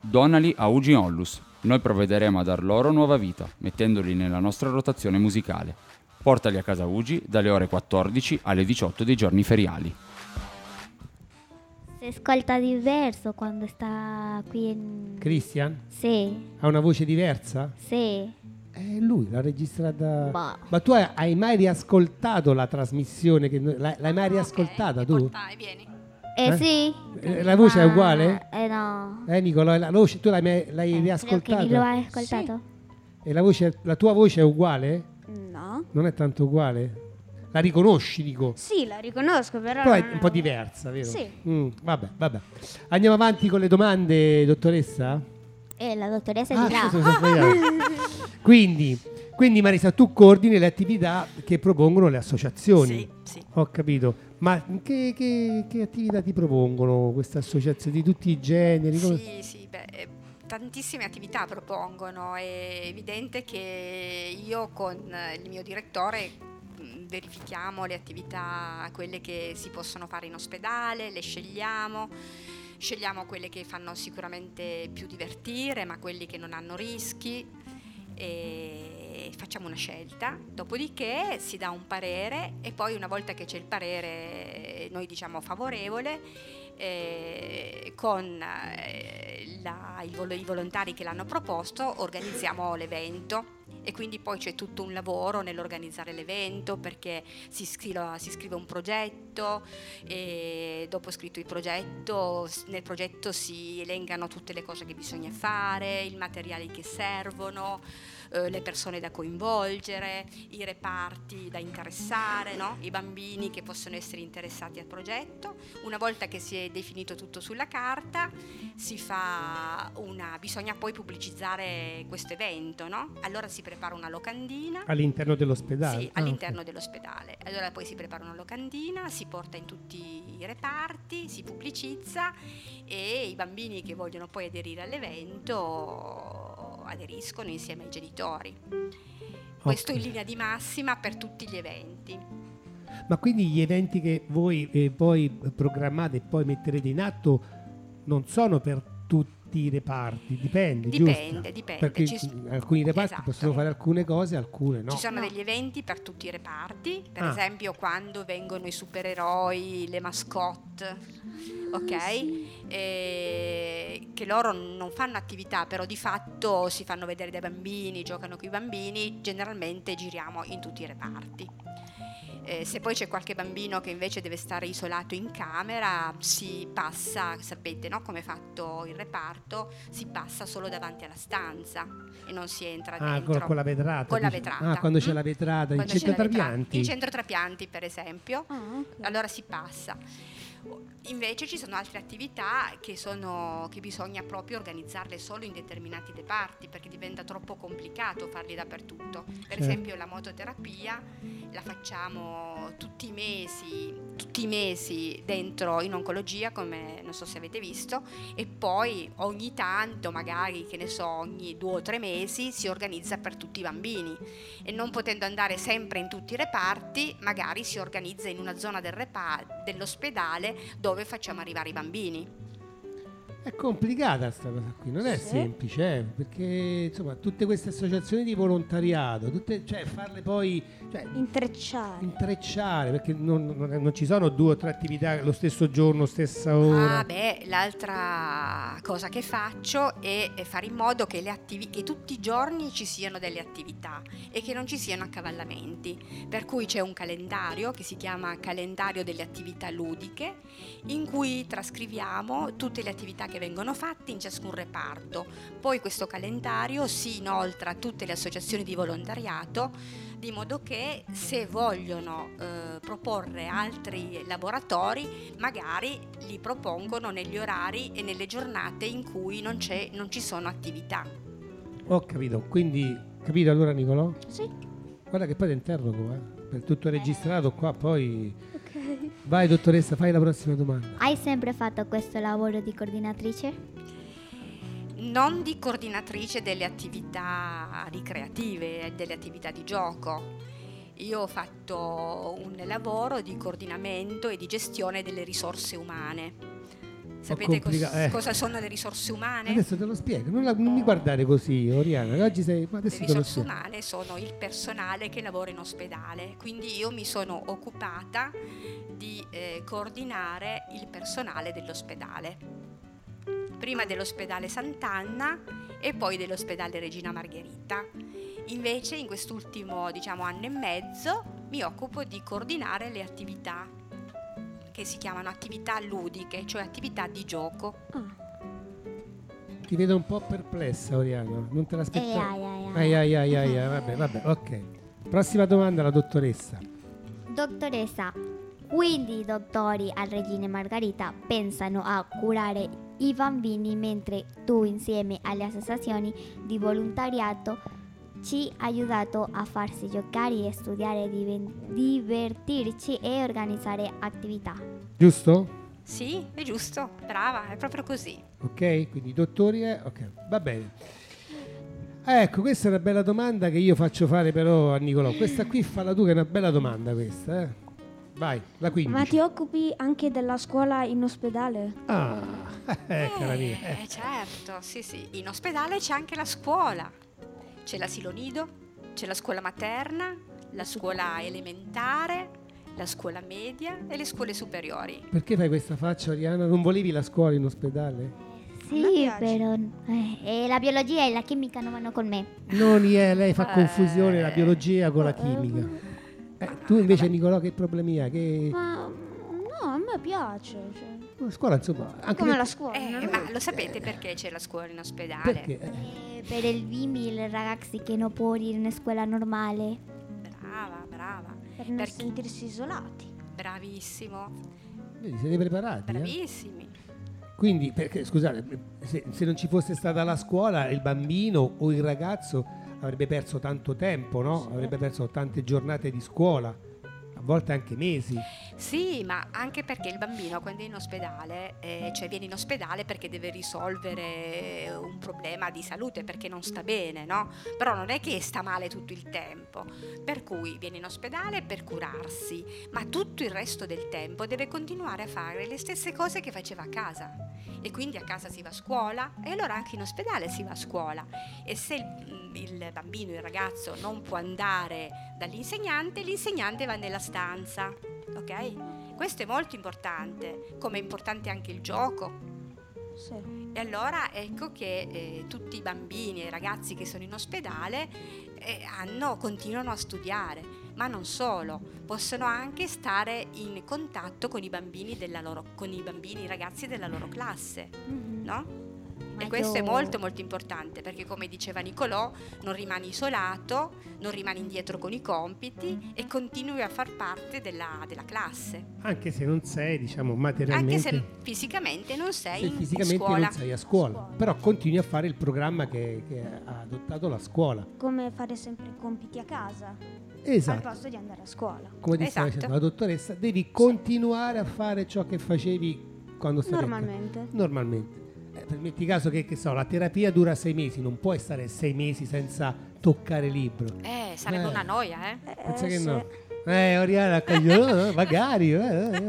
Speaker 9: Donali a Ugi Onlus. Noi provvederemo a dar loro nuova vita, mettendoli nella nostra rotazione musicale. Portali a casa Ugi dalle ore 14 alle 18 dei giorni feriali.
Speaker 2: Se escolta diverso cuando está aquí en...
Speaker 1: Christian?
Speaker 2: Sí.
Speaker 1: Ha una voce diversa?
Speaker 2: Sí.
Speaker 1: Eh, lui l'ha registrata.
Speaker 2: Bah.
Speaker 1: Ma tu hai, hai mai riascoltato la trasmissione? Che noi- l'hai, l'hai mai riascoltata
Speaker 5: Ok,
Speaker 1: tu?
Speaker 5: portai, vieni.
Speaker 2: Eh,
Speaker 1: Eh?
Speaker 2: sí.
Speaker 1: Eh, la voce è
Speaker 2: Ma-
Speaker 1: uguale?
Speaker 2: Eh, no.
Speaker 1: Eh, Nicola, la voce tu l'hai, mai- l'hai
Speaker 2: Eh, creo que
Speaker 1: riascoltata?
Speaker 2: ni lo ha escoltado.
Speaker 1: E la, voce- la tua voce è uguale?
Speaker 6: No.
Speaker 1: Non è tanto uguale? La riconosci, dico.
Speaker 6: Sì, la riconosco, però.
Speaker 1: Però è
Speaker 6: non
Speaker 1: un po' diversa, vero?
Speaker 6: Sì.
Speaker 1: Mm, vabbè, vabbè. Andiamo avanti con le domande, dottoressa?
Speaker 2: Eh, la doctoresa
Speaker 1: Ah,
Speaker 2: dirá.
Speaker 1: scusa, mi sono sbagliato. quindi, quindi, Marisa, tu coordini le attività che propongono le associazioni.
Speaker 5: Sì, sì.
Speaker 1: Ho capito, ma che, che- che attività ti propongono queste associazioni di tutti i generi? Come-
Speaker 5: Sì, sì, beh, eh, tantissime attività propongono, è evidente che io con eh, il mio direttore mh, verifichiamo le attività, quelle che si possono fare in ospedale, le scegliamo, scegliamo quelle che fanno sicuramente più divertire, ma quelli che non hanno rischi e facciamo una scelta, dopodiché si dà un parere e poi una volta che c'è il parere eh, noi diciamo favorevole eh, con eh, la- il vol- i volontari che l'hanno proposto organizziamo l'evento e quindi poi c'è tutto un lavoro nell'organizzare l'evento perché si scrive, si scrive un progetto e dopo scritto il progetto s- nel progetto si elencano tutte le cose che bisogna fare, i materiali che servono, eh, le persone da coinvolgere, i reparti da interessare, no? i bambini che possono essere interessati al progetto. Una volta che si è definito tutto sulla carta, si fa una, bisogna poi pubblicizzare questo evento, no? allora si prepara una locandina.
Speaker 1: All'interno dell'ospedale?
Speaker 5: Sì,
Speaker 1: Ah,
Speaker 5: all'interno
Speaker 1: ok.
Speaker 5: dell'ospedale. Allora poi si prepara una locandina, si porta in tutti i reparti, si pubblicizza e i bambini che vogliono poi aderire all'evento aderiscono insieme ai genitori. Questo
Speaker 1: Ok.
Speaker 5: in linea di massima per tutti gli eventi.
Speaker 1: Ma quindi gli eventi che voi eh, poi programmate e poi metterete in atto non sono per tutti i reparti, dipende,
Speaker 5: Dipende,
Speaker 1: giusto?
Speaker 5: dipende.
Speaker 1: Perché
Speaker 5: Ci s-
Speaker 1: alcuni reparti
Speaker 5: Esatto.
Speaker 1: possono fare alcune cose, alcune no.
Speaker 5: Ci sono degli eventi per tutti i reparti, per
Speaker 1: Ah.
Speaker 5: esempio quando vengono i supereroi, le mascotte, ok? E eh, che loro non fanno attività, però di fatto si fanno vedere dai bambini, giocano con i bambini, generalmente giriamo in tutti i reparti. Eh, se poi c'è qualche bambino che invece deve stare isolato in camera, si passa, sapete no, come è fatto il reparto, si passa solo davanti alla stanza e non si entra
Speaker 1: Ah,
Speaker 5: dentro.
Speaker 1: con, con la vetrata.
Speaker 5: Con la
Speaker 1: dici?
Speaker 5: vetrata,
Speaker 1: Ah, quando c'è
Speaker 5: mm.
Speaker 1: la vetrata, in
Speaker 5: Quando c'è
Speaker 1: centro
Speaker 5: la vetrata-
Speaker 1: trapianti.
Speaker 5: In centro trapianti, per esempio.
Speaker 6: Ah, ok.
Speaker 5: Allora si passa. Invece ci sono altre attività che, sono, che bisogna proprio organizzarle solo in determinati reparti perché diventa troppo complicato farli dappertutto. Per
Speaker 1: Certo.
Speaker 5: esempio la mototerapia la facciamo tutti i mesi, tutti i mesi dentro in oncologia come non so se avete visto e poi ogni tanto magari che ne so ogni due o tre mesi si organizza per tutti i bambini e non potendo andare sempre in tutti i reparti, magari si organizza in una zona del repa- dell'ospedale dove facciamo arrivare i bambini.
Speaker 1: È complicata questa cosa qui, non è
Speaker 6: Sì.
Speaker 1: semplice, eh, perché insomma tutte queste associazioni di volontariato, tutte, cioè farle poi cioè,
Speaker 6: Intrecciare.
Speaker 1: intrecciare, perché non, non- non ci sono due o tre attività lo stesso giorno, stessa ora.
Speaker 5: Ah, beh, l'altra cosa che faccio è è fare in modo che, le attivi- che tutti i giorni ci siano delle attività e che non ci siano accavallamenti. Per cui c'è un calendario che si chiama calendario delle attività ludiche in cui trascriviamo tutte le attività che vengono fatte in ciascun reparto. Poi questo calendario si inoltra a tutte le associazioni di volontariato di modo che se vogliono eh, proporre altri laboratori magari li propongono negli orari e nelle giornate in cui non, c'è- non ci sono attività.
Speaker 1: Ho capito, quindi capito allora Nicolò?
Speaker 6: Sì,
Speaker 1: Guarda che poi ti interrogo, eh, per tutto registrato qua, poi
Speaker 6: ok.
Speaker 1: vai dottoressa, fai la prossima domanda.
Speaker 2: Hai sempre fatto questo lavoro di coordinatrice?
Speaker 5: Non di coordinatrice delle attività ricreative, eh, delle attività di gioco. Io ho fatto un lavoro di coordinamento e di gestione delle risorse umane. Sapete cos-
Speaker 1: complica- eh.
Speaker 5: cosa sono le risorse umane?
Speaker 1: Adesso te lo spiego, non, la- non mi guardare così, Oriana, che oggi sei... Ma
Speaker 5: Le
Speaker 1: adesso te lo
Speaker 5: risorse
Speaker 1: spiego.
Speaker 5: umane sono il personale che lavora in ospedale, quindi io mi sono occupata di eh, coordinare il personale dell'ospedale, prima dell'ospedale Sant'Anna e poi dell'ospedale Regina Margherita. Invece in quest'ultimo diciamo, anno e mezzo mi occupo di coordinare le attività che si chiamano attività ludiche, cioè attività di gioco.
Speaker 6: Ah,
Speaker 1: Ti vedo un po' perplessa, Oriana, non te
Speaker 2: Eh,
Speaker 1: l'aspettavo. Ai
Speaker 2: ai, ai, ai.
Speaker 1: ai ai ai, ai, vabbè, vabbè, ok. Prossima domanda alla dottoressa.
Speaker 2: Dottoressa, quindi i dottori al Regine Margherita pensano a curare i bambini mentre tu insieme alle associazioni di volontariato ci hai aiutato a farsi giocare e studiare, diven- divertirci e organizzare attività.
Speaker 1: Giusto?
Speaker 5: Sì, è giusto, brava, è proprio così.
Speaker 1: Ok? Quindi i dottori, eh, ok, va bene. Ecco, questa è una bella domanda che io faccio fare però a Nicolò. Questa qui fa la tua, che è una bella domanda questa. eh. Vai, la 15.
Speaker 6: Ma ti occupi anche della scuola in ospedale?
Speaker 1: Ah, eh, cara mia. eh.
Speaker 5: Eh, certo, sì, sì. In ospedale c'è anche la scuola. C'è l'asilo nido, c'è la scuola materna, la scuola elementare, la scuola media e le scuole superiori.
Speaker 1: Perché fai questa faccia, Oriana? Non volevi la scuola in ospedale?
Speaker 6: mi
Speaker 2: Sì,
Speaker 6: piace.
Speaker 2: però eh, eh, la biologia e la chimica non vanno con me.
Speaker 1: Non è, lei fa confusione la biologia con la chimica. Eh, tu invece, Nicolò, che problemi hai? Che
Speaker 6: Ma mm, no, a me piace. cioè,
Speaker 1: la scuola, insomma, anche
Speaker 6: come
Speaker 1: te-
Speaker 6: la scuola.
Speaker 5: Eh,
Speaker 6: no?
Speaker 5: ma lo sapete perché c'è la scuola in ospedale?
Speaker 1: perché? Eh,
Speaker 2: Eh, per il bimbi, i ragazzi che non può dire in scuola normale.
Speaker 5: Brava, brava,
Speaker 6: Per non
Speaker 5: perché-
Speaker 6: sentirsi isolati.
Speaker 5: bravissimo,
Speaker 1: vedi, siete preparati? eh?
Speaker 5: bravissimi.
Speaker 1: Quindi, perché, scusate, se, se non ci fosse stata la scuola, il bambino o il ragazzo avrebbe perso tanto tempo, no? Avrebbe perso tante giornate di scuola, a volte anche mesi.
Speaker 5: Sì, ma anche perché il bambino quando è in ospedale, eh, cioè viene in ospedale perché deve risolvere un problema di salute, perché non sta bene, no? Però non è che sta male tutto il tempo, per cui viene in ospedale per curarsi, ma tutto il resto del tempo deve continuare a fare le stesse cose che faceva a casa. E quindi a casa si va a scuola e allora anche in ospedale si va a scuola. E se il, il bambino, il ragazzo non può andare dall'insegnante, l'insegnante va nella stanza ok? Questo è molto importante, come è importante anche il gioco.
Speaker 6: Sì.
Speaker 5: E allora ecco che eh, tutti i bambini e i ragazzi che sono in ospedale eh, hanno- continuano a studiare, ma non solo, possono anche stare in contatto con i bambini, della loro, con i bambini, i ragazzi della loro classe, Mm-hmm. no?
Speaker 2: Ma
Speaker 5: E questo è
Speaker 2: io-
Speaker 5: molto molto importante perché come diceva Nicolò non rimani isolato, non rimani indietro con i compiti e continui a far parte della- della classe.
Speaker 1: Anche se non sei, diciamo,
Speaker 5: Anche
Speaker 1: materialmente...
Speaker 5: se fisicamente non sei
Speaker 1: se
Speaker 5: in
Speaker 1: fisicamente
Speaker 5: scuola.
Speaker 1: non sei a scuola, però continui a fare il programma che, che ha adottato la scuola.
Speaker 6: Come fare sempre i compiti a casa, al
Speaker 1: Esatto.
Speaker 6: posto di andare a scuola.
Speaker 1: Come ti stava
Speaker 5: Esatto.
Speaker 1: dicendo la dottoressa, devi continuare a fare ciò che facevi quando stavi a casa.
Speaker 6: Normalmente.
Speaker 1: Normalmente. Eh, per- metti caso che, che so, la terapia dura sei mesi, non puoi stare sei mesi senza toccare il libro.
Speaker 5: Eh, sarebbe
Speaker 1: Eh.
Speaker 5: una noia, eh.
Speaker 6: Eh,
Speaker 1: Pensa che
Speaker 6: sì.
Speaker 1: no. Eh, Oriana, coglione, eh, magari. eh, eh, eh.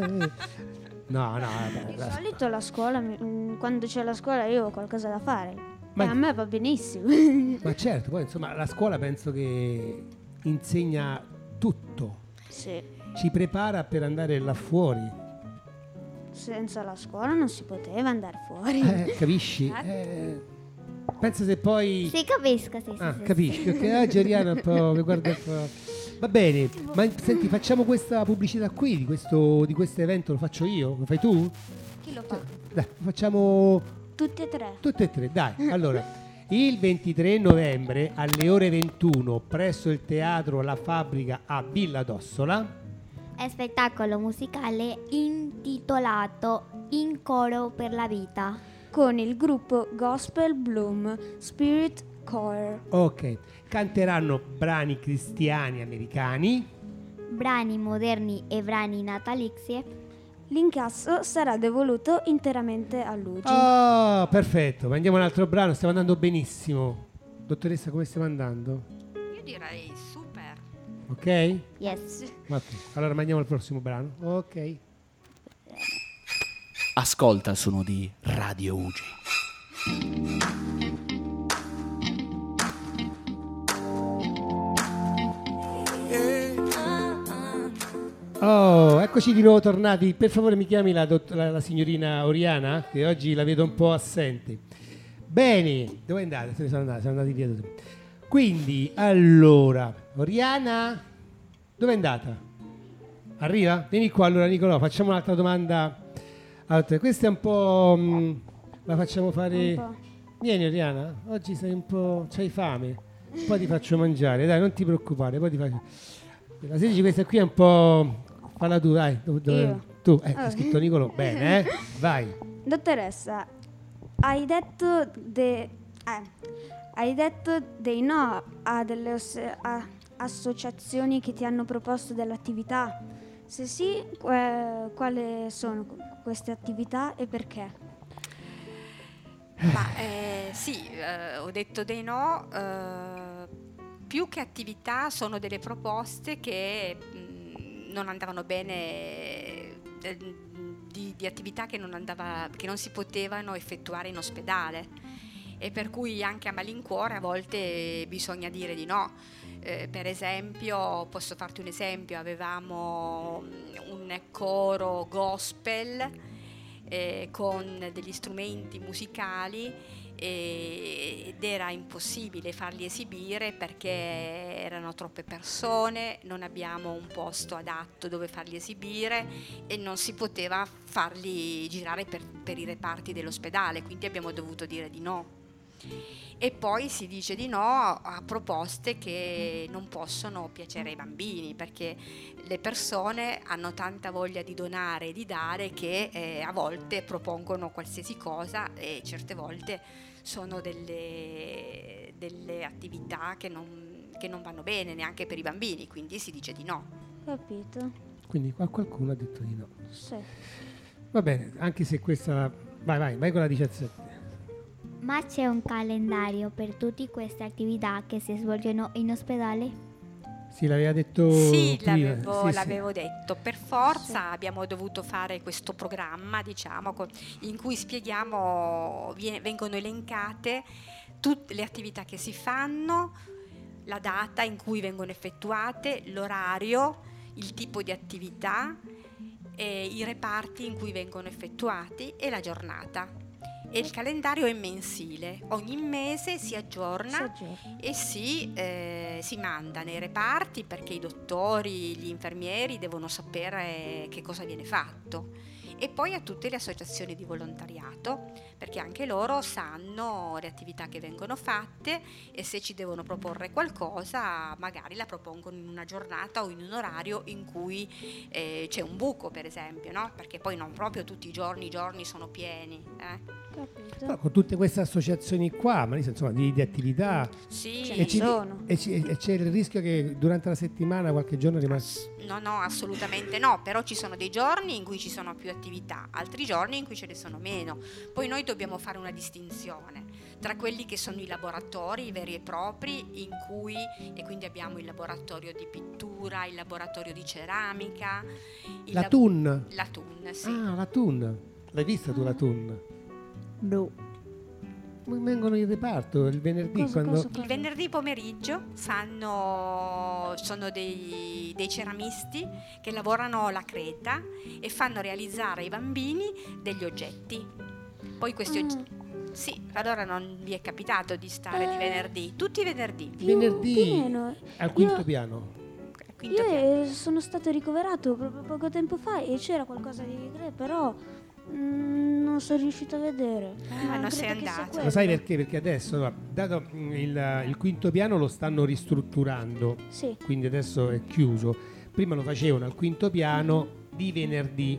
Speaker 1: No, no,
Speaker 6: Di
Speaker 1: vabbè, la-
Speaker 6: solito la scuola, mi- mm, quando c'è la scuola io ho qualcosa da fare.
Speaker 1: Ma-
Speaker 6: E a me va benissimo.
Speaker 1: ma certo, poi insomma la scuola penso che insegna tutto,
Speaker 6: sì,
Speaker 1: ci prepara per andare là fuori.
Speaker 6: senza la scuola non si poteva andare fuori.
Speaker 1: Eh, capisci? Eh, pensa se poi...
Speaker 2: Sì, capisco, sì, sì,
Speaker 1: Ah,
Speaker 2: sì, sì.
Speaker 1: capisci? Ok, oggi Ariana è un po' che guarda un po'. Va bene, ma senti, facciamo questa pubblicità qui di questo, di questo evento, lo faccio io? Lo fai tu?
Speaker 6: Chi lo fa?
Speaker 1: Dai, facciamo
Speaker 6: Tutti e tre.
Speaker 1: tutte e tre, dai. Allora, il 23 novembre alle ore 21 presso il teatro La Fabbrica a Villa d'Ossola.
Speaker 2: È spettacolo musicale intitolato In coro per la vita.
Speaker 6: Con il gruppo Gospel Bloom Spirit Core.
Speaker 1: Ok, canteranno brani cristiani americani.
Speaker 2: Brani moderni e brani natalizie.
Speaker 6: L'incasso sarà devoluto interamente a Luigi.
Speaker 1: Ah, perfetto, mandiamo un altro brano, stiamo andando benissimo. Dottoressa, come stiamo andando?
Speaker 5: Io direi super.
Speaker 1: Ok?
Speaker 2: Yes.
Speaker 1: Ok, Allora mandiamo al prossimo brano. Ok.
Speaker 8: Ascolta il suono di Radio Ugi.
Speaker 1: Oh, eccoci di nuovo tornati. Per favore mi chiami la, dott- la- la signorina Oriana, che oggi la vedo un po' assente. Bene, dove andate? Se ne sono andati, sono andati via tutti. Quindi, allora, Oriana, dove è andata? Arriva? Vieni qua allora Nicolò, facciamo un'altra domanda. a te. questa è un po'... mm, la facciamo fare...
Speaker 6: Un
Speaker 1: Vieni Oriana, oggi sei un po'... c'hai fame, poi ti faccio mangiare, dai, non ti preoccupare, poi ti faccio... La 16 questa qui è un po'... Falla tu, dai. Do- do-
Speaker 6: Io?
Speaker 1: Tu, eh,
Speaker 6: Ah.
Speaker 1: hai scritto Nicolò, bene, eh? Vai.
Speaker 6: Dottoressa, hai detto de- eh, hai detto dei no a delle os- a- associazioni che ti hanno proposto delle attività? Se sì, que- quali sono queste attività e perché?
Speaker 5: Ma eh, sì, eh, ho detto dei no. eh, più che attività sono delle proposte che mh, non andavano bene, eh, di, di attività che non, andava- che non si potevano effettuare in ospedale. E per cui anche a malincuore a volte bisogna dire di no. Eh, per esempio, posso farti un esempio, avevamo mh, un coro gospel eh, con degli strumenti musicali eh, ed era impossibile farli esibire perché erano troppe persone, non abbiamo un posto adatto dove farli esibire e non si poteva farli girare per, per i reparti dell'ospedale, quindi abbiamo dovuto dire di no. E poi si dice di no a proposte che non possono piacere ai bambini, perché le persone hanno tanta voglia di donare e di dare che eh, a volte propongono qualsiasi cosa e certe volte sono delle, delle attività che non, che non vanno bene neanche per i bambini, quindi si dice di no.
Speaker 6: Capito?
Speaker 1: Quindi qua qualcuno ha detto di no.
Speaker 6: Sì.
Speaker 1: Va bene, anche se questa... Vai, vai, vai con la 17.
Speaker 2: Ma c'è un calendario per tutte queste attività che si svolgono in ospedale?
Speaker 1: Sì, l'aveva detto...
Speaker 5: sì,
Speaker 1: prima.
Speaker 5: l'avevo,
Speaker 1: Sì, sì.
Speaker 5: l'avevo detto, per forza abbiamo dovuto fare questo programma, diciamo, co- in cui spieghiamo, vie- vengono elencate tutte le attività che si fanno, la data in cui vengono effettuate, l'orario, il tipo di attività, eh, i reparti in cui vengono effettuati e la giornata. E il calendario è mensile, ogni mese si aggiorna
Speaker 6: Si aggiorna.
Speaker 5: e si, eh, si manda nei reparti perché i dottori, gli infermieri devono sapere che cosa viene fatto. E poi a tutte le associazioni di volontariato, perché anche loro sanno le attività che vengono fatte e se ci devono proporre qualcosa, magari la propongono in una giornata o in un orario in cui eh, c'è un buco, per esempio, no? Perché poi non proprio tutti i giorni, i giorni sono pieni. eh.
Speaker 1: Però
Speaker 6: Capito?
Speaker 1: con tutte queste associazioni qua, Marisa, insomma, di, di attività...
Speaker 5: Sì,
Speaker 6: Ce ne
Speaker 1: ci-
Speaker 6: sono.
Speaker 1: e ci- e c'è il rischio che durante la settimana qualche giorno rimane...
Speaker 5: No, no, assolutamente no, però ci sono dei giorni in cui ci sono più attività, altri giorni in cui ce ne sono meno. Poi noi dobbiamo fare una distinzione tra quelli che sono i laboratori veri e propri, in cui, e quindi abbiamo il laboratorio di pittura, il laboratorio di ceramica, il
Speaker 1: La
Speaker 5: lab-
Speaker 1: TUN.
Speaker 5: La TUN, sì. Ah.
Speaker 1: Ah, la TUN. L'hai vista tu la TUN?
Speaker 3: No.
Speaker 1: Come vengono in reparto il venerdì
Speaker 6: Cosa-
Speaker 1: quando...
Speaker 6: cosa-
Speaker 5: Il venerdì pomeriggio fanno, sono dei, dei ceramisti che lavorano la creta e fanno realizzare ai bambini degli oggetti. Poi questi
Speaker 6: Ah.
Speaker 5: oggetti... Sì, allora non vi è capitato di stare di
Speaker 6: Eh.
Speaker 5: venerdì, tutti i venerdì.
Speaker 6: Più-
Speaker 1: Venerdì.
Speaker 6: più o meno.
Speaker 1: Al quinto
Speaker 6: Io-
Speaker 1: piano.
Speaker 5: al quinto
Speaker 6: Io
Speaker 5: piano.
Speaker 6: eh, sono stato ricoverato proprio poco tempo fa e c'era qualcosa di grave, però mm, non sono riuscito a vedere. Ma
Speaker 5: non sei
Speaker 6: credo che sia
Speaker 5: andato.
Speaker 6: quello.
Speaker 1: Lo sai perché? Perché adesso, no, dato mm, il, il quinto piano lo stanno ristrutturando,
Speaker 6: Sì,
Speaker 1: quindi adesso è chiuso. Prima lo facevano al quinto piano di venerdì,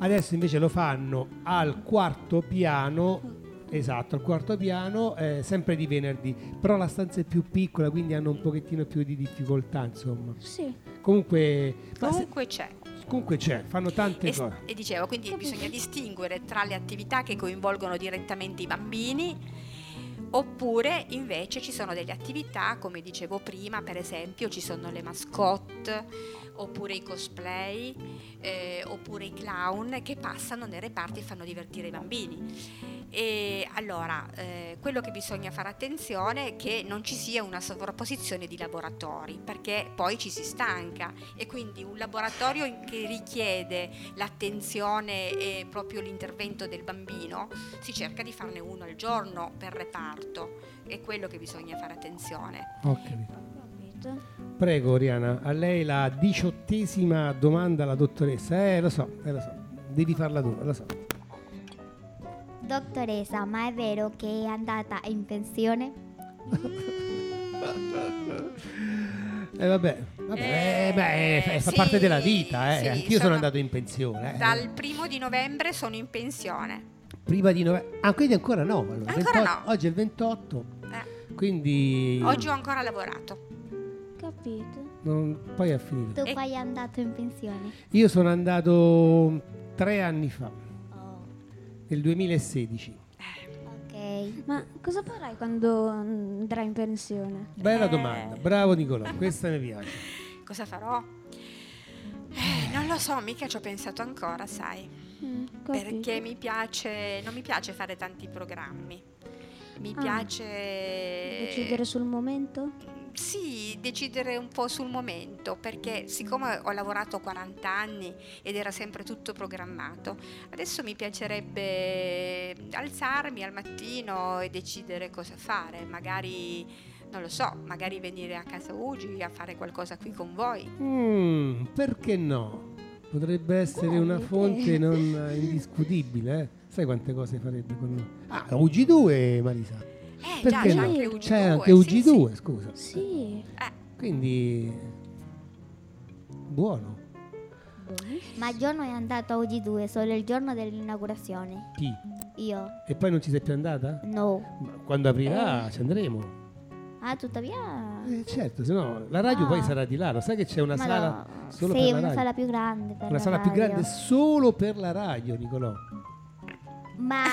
Speaker 1: adesso invece lo fanno al quarto piano. Esatto, al quarto piano, eh, sempre di venerdì, però la stanza è più piccola, quindi hanno un pochettino più di difficoltà, insomma.
Speaker 6: sì.
Speaker 1: Comunque, ma se-
Speaker 5: Comunque c'è.
Speaker 1: comunque c'è, fanno tante
Speaker 5: E,
Speaker 1: cose.
Speaker 5: e dicevo, quindi bisogna distinguere tra le attività che coinvolgono direttamente i bambini oppure invece ci sono delle attività, come dicevo prima, per esempio ci sono le mascotte, oppure i cosplay, eh, oppure i clown che passano nei reparti e fanno divertire i bambini. E allora, eh, quello che bisogna fare attenzione è che non ci sia una sovrapposizione di laboratori, perché poi ci si stanca e quindi un laboratorio in- che richiede l'attenzione e proprio l'intervento del bambino, si cerca di farne uno al giorno per reparto. È quello che bisogna fare attenzione.
Speaker 1: Ho capito.
Speaker 6: Capito.
Speaker 1: Prego Oriana, a lei la diciottesima domanda alla dottoressa. Eh, lo so, eh, lo so, devi farla tu, lo so.
Speaker 2: Dottoressa, ma è vero che è andata in pensione?
Speaker 1: E vabbè, vabbè,
Speaker 5: Eh,
Speaker 1: beh, fa- fa
Speaker 5: sì,
Speaker 1: parte della vita, eh.
Speaker 5: sì,
Speaker 1: Anch'io sono,
Speaker 5: sono-
Speaker 1: andato in pensione. eh.
Speaker 5: Dal primo di novembre sono in pensione.
Speaker 1: Prima di novembre. Ah, quindi ancora no. allora,
Speaker 5: Ancora no.
Speaker 1: Oggi è il 28,
Speaker 5: Eh,
Speaker 1: quindi...
Speaker 5: Oggi ho ancora lavorato.
Speaker 6: Capito.
Speaker 1: non- poi è finito.
Speaker 2: Tu
Speaker 5: E-
Speaker 2: poi è andato in pensione?
Speaker 1: Io sono andato tre anni fa,
Speaker 2: Oh,
Speaker 1: nel 2016.
Speaker 2: ok. ok.
Speaker 6: Ma cosa farai quando andrai in pensione?
Speaker 1: Bella
Speaker 5: Eh.
Speaker 1: domanda, bravo Nicolò, questa mi piace.
Speaker 5: Cosa farò? Eh, non lo so, mica ci ho pensato ancora, sai.
Speaker 6: Mm, capito.
Speaker 5: Perché mi piace. Non mi piace fare tanti programmi. Mi
Speaker 6: Ah.
Speaker 5: piace.
Speaker 6: Decidere sul momento?
Speaker 5: Sì, decidere un po' sul momento, perché siccome ho lavorato 40 anni ed era sempre tutto programmato, adesso mi piacerebbe alzarmi al mattino e decidere cosa fare, magari, non lo so, magari venire a casa Ugi a fare qualcosa qui con voi.
Speaker 1: Mm, perché no? Potrebbe essere
Speaker 6: Buona
Speaker 1: una
Speaker 6: idea.
Speaker 1: fonte non indiscutibile, eh? Sai quante cose farebbe con noi? Ah, UG2, Marisa.
Speaker 5: Eh
Speaker 1: Perché no?
Speaker 5: già, c'è anche UG2.
Speaker 1: C'è anche
Speaker 5: sì,
Speaker 1: UG2, scusa.
Speaker 6: Sì.
Speaker 1: Quindi buono.
Speaker 2: Ma io non è andato a UG2 solo il giorno dell'inaugurazione.
Speaker 1: Chi?
Speaker 2: Io
Speaker 1: E poi non ci sei più andata?
Speaker 2: no.
Speaker 1: Ma Quando
Speaker 2: Eh.
Speaker 1: aprirà ci andremo.
Speaker 2: Ah, tuttavia.
Speaker 1: Eh, certo, se no la radio
Speaker 2: Ah.
Speaker 1: poi sarà di là, lo sai che c'è una
Speaker 2: Ma
Speaker 1: sala
Speaker 2: no,
Speaker 1: solo
Speaker 2: sì,
Speaker 1: per la
Speaker 2: una
Speaker 1: radio.
Speaker 2: sala più grande. per
Speaker 1: una
Speaker 2: la
Speaker 1: sala più grande
Speaker 2: radio.
Speaker 1: solo per la radio, Nicolò.
Speaker 2: Ma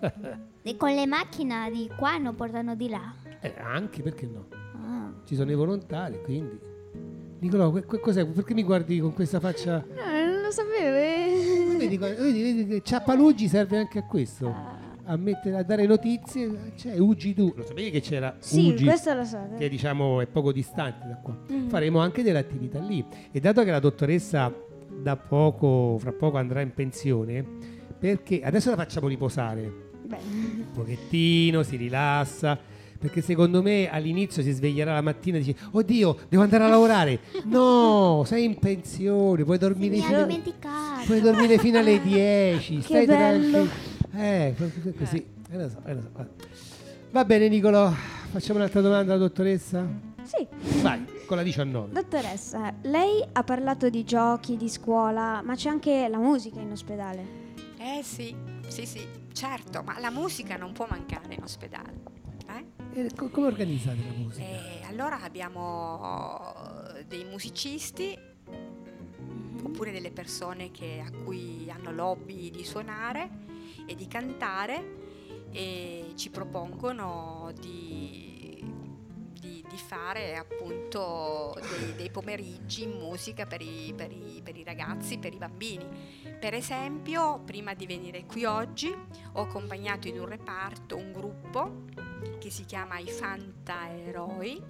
Speaker 2: e con le macchine di qua non portano di là.
Speaker 1: Eh, anche perché no?
Speaker 2: Ah.
Speaker 1: Ci sono i volontari, quindi. Nicolò, que- que- cos'è? Perché mi guardi con questa faccia?
Speaker 6: No, non lo sapevo.
Speaker 1: Vedi, co- vedi, vedi che Ciappaluggi serve anche a questo.
Speaker 6: Ah.
Speaker 1: A, mettere, a dare notizie, c'è UG2. Lo sapevi che c'era
Speaker 6: Sì,
Speaker 1: UG?
Speaker 6: questo Mm. lo so.
Speaker 1: che diciamo è poco distante da qua. Faremo anche delle attività lì. E dato che la dottoressa da poco, fra poco andrà in pensione, perché adesso la facciamo riposare
Speaker 6: Beh.
Speaker 1: un pochettino, si rilassa. Perché secondo me all'inizio si sveglierà la mattina e dice: Oddio, devo andare a lavorare. No, sei in pensione, puoi dormire
Speaker 2: Mi ha
Speaker 1: fino a-
Speaker 2: dimenticato.
Speaker 1: Puoi dormire fino alle 10. stai
Speaker 6: bello.
Speaker 1: tranquillo. Eh, proprio così. Eh, lo so, eh, lo so. guarda. Va bene, Nicolò. Facciamo un'altra domanda alla dottoressa.
Speaker 6: Sì,
Speaker 1: Vai, con la 19.
Speaker 6: dottoressa, lei ha parlato di giochi, di scuola, ma c'è anche la musica in ospedale.
Speaker 5: Eh sì, sì, sì, certo, ma la musica non può mancare in ospedale. Eh?
Speaker 1: Eh, co- come organizzate la musica?
Speaker 5: E Eh, allora abbiamo eh, dei musicisti oppure delle persone che- a cui hanno l'hobby di suonare e di cantare e ci propongono di, di- di fare appunto dei, dei pomeriggi in musica per i, per i- per i ragazzi, per i bambini. Per esempio, prima di venire qui oggi ho accompagnato in un reparto un gruppo che si chiama i Fantaeroi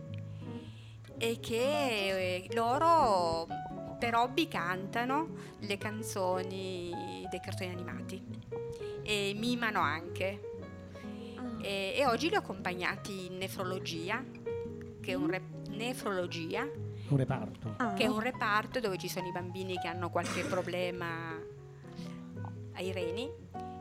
Speaker 5: e che eh, loro per hobby cantano le canzoni dei cartoni animati e mimano anche. E, e oggi li ho accompagnati in nefrologia, che è un rep- nefrologia,
Speaker 1: Un reparto.
Speaker 6: Ah,
Speaker 5: che è un reparto dove ci sono i bambini che hanno qualche problema ai reni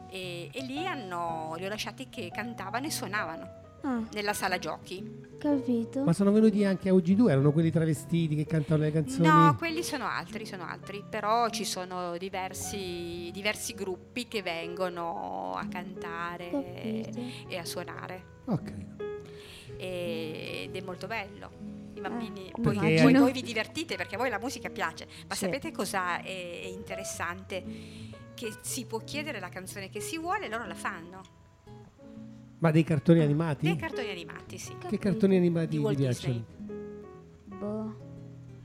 Speaker 5: e, e lì hanno, li ho lasciati che cantavano e suonavano
Speaker 6: ah,
Speaker 5: nella sala giochi.
Speaker 6: capito.
Speaker 1: Ma sono venuti anche a UG2? Erano quelli travestiti che cantavano le canzoni?
Speaker 5: No, quelli sono altri, sono altri, però ci sono diversi, diversi gruppi che vengono a cantare
Speaker 6: Capito.
Speaker 5: e a suonare
Speaker 1: Ok.
Speaker 5: e- ed è molto bello. I bambini,
Speaker 6: Eh,
Speaker 5: poi,
Speaker 1: Perché-
Speaker 5: poi voi vi divertite perché a voi la musica piace, ma
Speaker 3: Sì.
Speaker 5: sapete cosa è, è interessante? Che si può chiedere la canzone che si vuole e loro la fanno.
Speaker 1: Ma dei cartoni animati?
Speaker 5: Dei cartoni animati, sì.
Speaker 1: che cartoni animati
Speaker 5: Di
Speaker 1: ti
Speaker 5: Walt
Speaker 1: piacciono?
Speaker 6: Boh.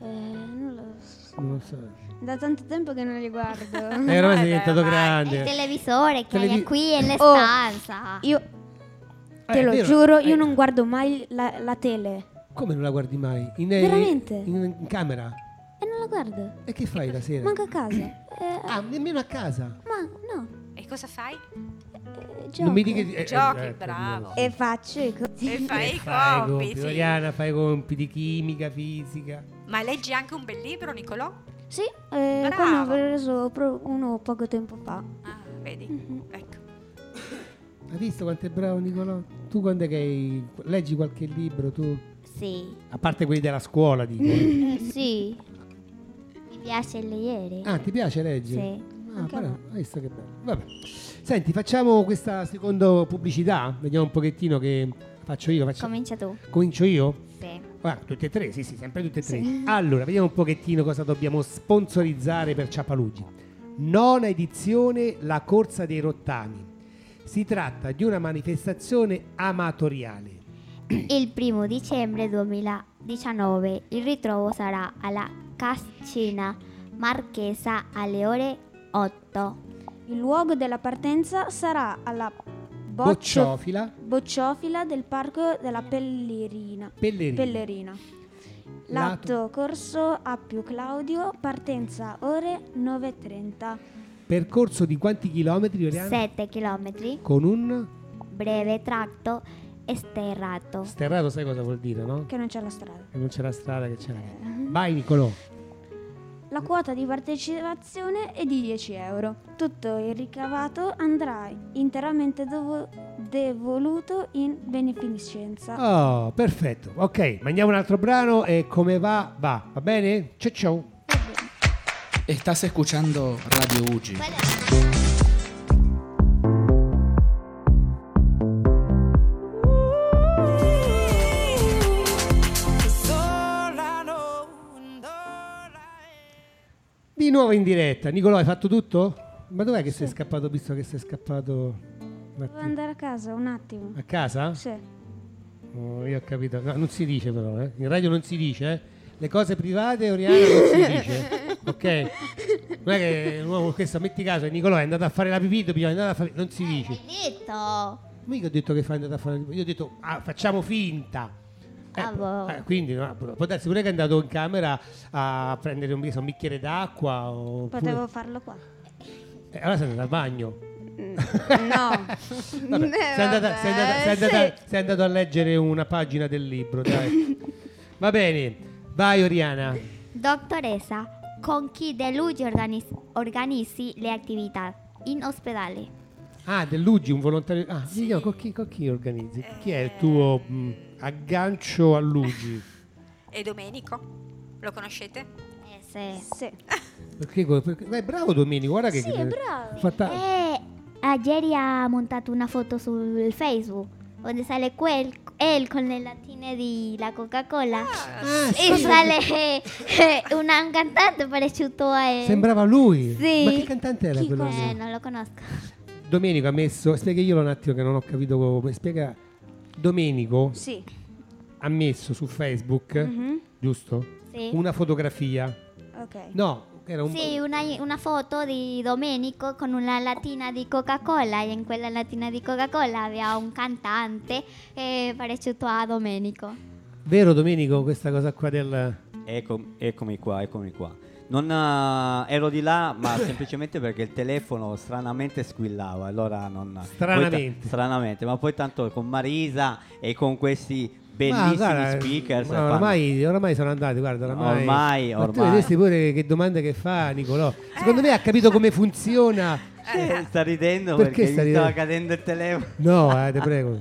Speaker 6: Eh, non lo so.
Speaker 1: Non lo so.
Speaker 6: Da tanto tempo che non li guardo. Ah,
Speaker 1: Eh, ormai sei
Speaker 5: Vabbè,
Speaker 1: diventato
Speaker 5: ormai.
Speaker 2: Il
Speaker 1: grande.
Speaker 2: televisore che
Speaker 1: Televi-
Speaker 2: hai qui è in
Speaker 6: Oh,
Speaker 2: stanza.
Speaker 6: Io te
Speaker 1: Eh,
Speaker 6: lo
Speaker 1: vero?
Speaker 6: giuro, io
Speaker 1: Eh,
Speaker 6: non guardo mai la, la tele.
Speaker 1: Come non la guardi mai? In,
Speaker 6: Veramente?
Speaker 1: in- in camera?
Speaker 6: E non la guardo.
Speaker 1: E che fai la sera?
Speaker 6: Manco a casa. Eh,
Speaker 1: Ah, nemmeno a casa?
Speaker 6: Ma no.
Speaker 5: E cosa fai?
Speaker 6: eh,
Speaker 1: Non mi
Speaker 6: gioco.
Speaker 1: dica di- eh, eh,
Speaker 5: Giochi,
Speaker 1: ecco,
Speaker 5: bravo.
Speaker 1: eh,
Speaker 6: E faccio i così.
Speaker 5: E fai i
Speaker 1: fai i compiti.
Speaker 5: compiti.
Speaker 1: Oriana, fai i compiti di chimica, fisica.
Speaker 5: Ma leggi anche un bel libro, Nicolò?
Speaker 6: Sì, eh,
Speaker 5: Bravo.
Speaker 6: qua ne ho preso pro- uno poco tempo fa.
Speaker 5: Ah, vedi?
Speaker 1: Mhm.
Speaker 5: Ecco.
Speaker 1: Hai visto quanto è bravo Nicolò? Tu quando è che hai- leggi qualche libro tu?
Speaker 2: Sì.
Speaker 1: A parte quelli della scuola, dico.
Speaker 2: Eh, sì. Mi piace leggere.
Speaker 1: ah, ti piace leggere?
Speaker 2: Sì.
Speaker 1: Ah,
Speaker 6: Anche a
Speaker 1: però, hai visto che bello. Vabbè. Senti, facciamo questa seconda pubblicità. Vediamo un pochettino che faccio io. faccio-
Speaker 2: Comincia tu.
Speaker 1: Comincio io?
Speaker 2: Sì.
Speaker 1: Ah, tutte e tre, sì, sì, sempre tutte e tre. Allora, vediamo un pochettino cosa dobbiamo sponsorizzare per Ciapalugi. Nona edizione La corsa dei rottami. Si tratta di una manifestazione amatoriale.
Speaker 2: Il primo dicembre 2019 il ritrovo sarà alla Cascina Marchesa alle ore 8.
Speaker 6: Il luogo della partenza sarà alla boccio-
Speaker 1: Bocciofila,
Speaker 6: bocciofila del parco della Pellerina.
Speaker 1: Pellerini.
Speaker 6: Pellerina.
Speaker 1: Lato-
Speaker 6: Lato corso A più Claudio, partenza ore 9.30.
Speaker 1: Percorso di quanti chilometri, Oriana?
Speaker 2: 7 km,
Speaker 1: Con un
Speaker 2: breve este tratto esterrato.
Speaker 1: sterrato, sai cosa vuol dire, no?
Speaker 6: Che non c'è la strada.
Speaker 1: Che non c'è la strada che c'è. la- Vai Nicolò.
Speaker 6: La quota di partecipazione è di 10 euro. Tutto il ricavato andrà interamente dovo- devoluto in beneficenza.
Speaker 1: Oh, perfetto. Ok, mandiamo un altro brano e come va? Va, va bene? Ciao ciao.
Speaker 8: Estás escuchando Radio Uji.
Speaker 1: Di nuovo in diretta. Nicolò, hai fatto tutto? Ma dov'è che sei scappato, visto che sei scappato un
Speaker 6: Devo
Speaker 1: attimo?
Speaker 6: andare a casa un attimo.
Speaker 1: a casa?
Speaker 6: Sì.
Speaker 1: Oh, io ho capito. No, non si dice però, eh. In radio non si dice, eh. Le cose private, Oriana, non si dice. Ok? Non è che l'uomo questo, metti caso, che Nicolò è andato a fare la pipì, dobbiamo andare a fare... Non si dice.
Speaker 2: Hai detto?
Speaker 1: Mica ho detto che fai andata a fare. Io ho detto ah, facciamo finta. Eh,
Speaker 2: Ah, boh.
Speaker 1: eh, quindi no, può darsi pure che è andato in camera a prendere un, che so, un bicchiere d'acqua. Oppure...
Speaker 6: Potevo farlo qua.
Speaker 1: Eh, allora sei andata al bagno.
Speaker 6: Eh,
Speaker 5: No.
Speaker 1: Eh, Vabbè, sei, andata, sei andata- sei andata- sei andato a leggere una pagina del libro. Dai. Va bene, vai Oriana.
Speaker 2: Dottoressa, con chi De Luigi organis- organizzi le attività in ospedale?
Speaker 1: Ah, Dell'Uggi, un volontario. Ah, Signor, con, chi, con chi organizzi? Chi è il tuo mh, aggancio a Luigi?
Speaker 5: E Domenico? Lo conoscete?
Speaker 2: Eh, sì.
Speaker 6: Sì.
Speaker 1: Perché, perché- beh, bravo Domenico, guarda che.
Speaker 6: Sì,
Speaker 1: che-
Speaker 6: bravo.
Speaker 1: fatta-
Speaker 2: Eh, ah, ieri ha montato una foto sul Facebook dove sale quel él con le lattine di la Coca-Cola
Speaker 1: Ah,
Speaker 2: e sale eh, una- un cantante parecchiuto a él.
Speaker 1: Sembrava lui.
Speaker 2: Sì.
Speaker 1: Ma che cantante era
Speaker 6: Chi
Speaker 1: quello?
Speaker 2: Eh,
Speaker 1: lì?
Speaker 2: non lo conosco.
Speaker 1: Domenico ha messo. Spiega io un attimo che non ho capito come spiega. Domenico
Speaker 6: Sì.
Speaker 1: ha messo su Facebook,
Speaker 6: Mhm.
Speaker 1: giusto?
Speaker 2: Sì.
Speaker 1: Una fotografia.
Speaker 6: Ok.
Speaker 1: No, era un
Speaker 2: Sì, una, una foto di Domenico con una latina di Coca-Cola e in quella latina di Coca-Cola aveva un cantante eh, parecchiuto a Domenico.
Speaker 1: vero Domenico questa cosa qua del
Speaker 10: Ecco- eccomi qua, eccomi qua. Non eh, ero di là, ma semplicemente perché il telefono stranamente squillava. Allora non poi ta-
Speaker 1: Stranamente.
Speaker 10: stranamente, ma poi tanto con Marisa e con questi
Speaker 1: Ma
Speaker 10: bellissimi
Speaker 1: guarda,
Speaker 10: speaker.
Speaker 1: ma Ormai, ormai sono andati, guarda, ormai.
Speaker 10: Ormai,
Speaker 1: Ma tu
Speaker 10: ormai.
Speaker 1: vedresti pure che domande che fa Nicolò. Secondo me ha capito come funziona.
Speaker 10: sta ridendo
Speaker 1: Eh, Perché
Speaker 10: perché,
Speaker 1: sta
Speaker 10: mi stava
Speaker 1: ridendo?
Speaker 10: cadendo il telefono.
Speaker 1: No, eh, te prego.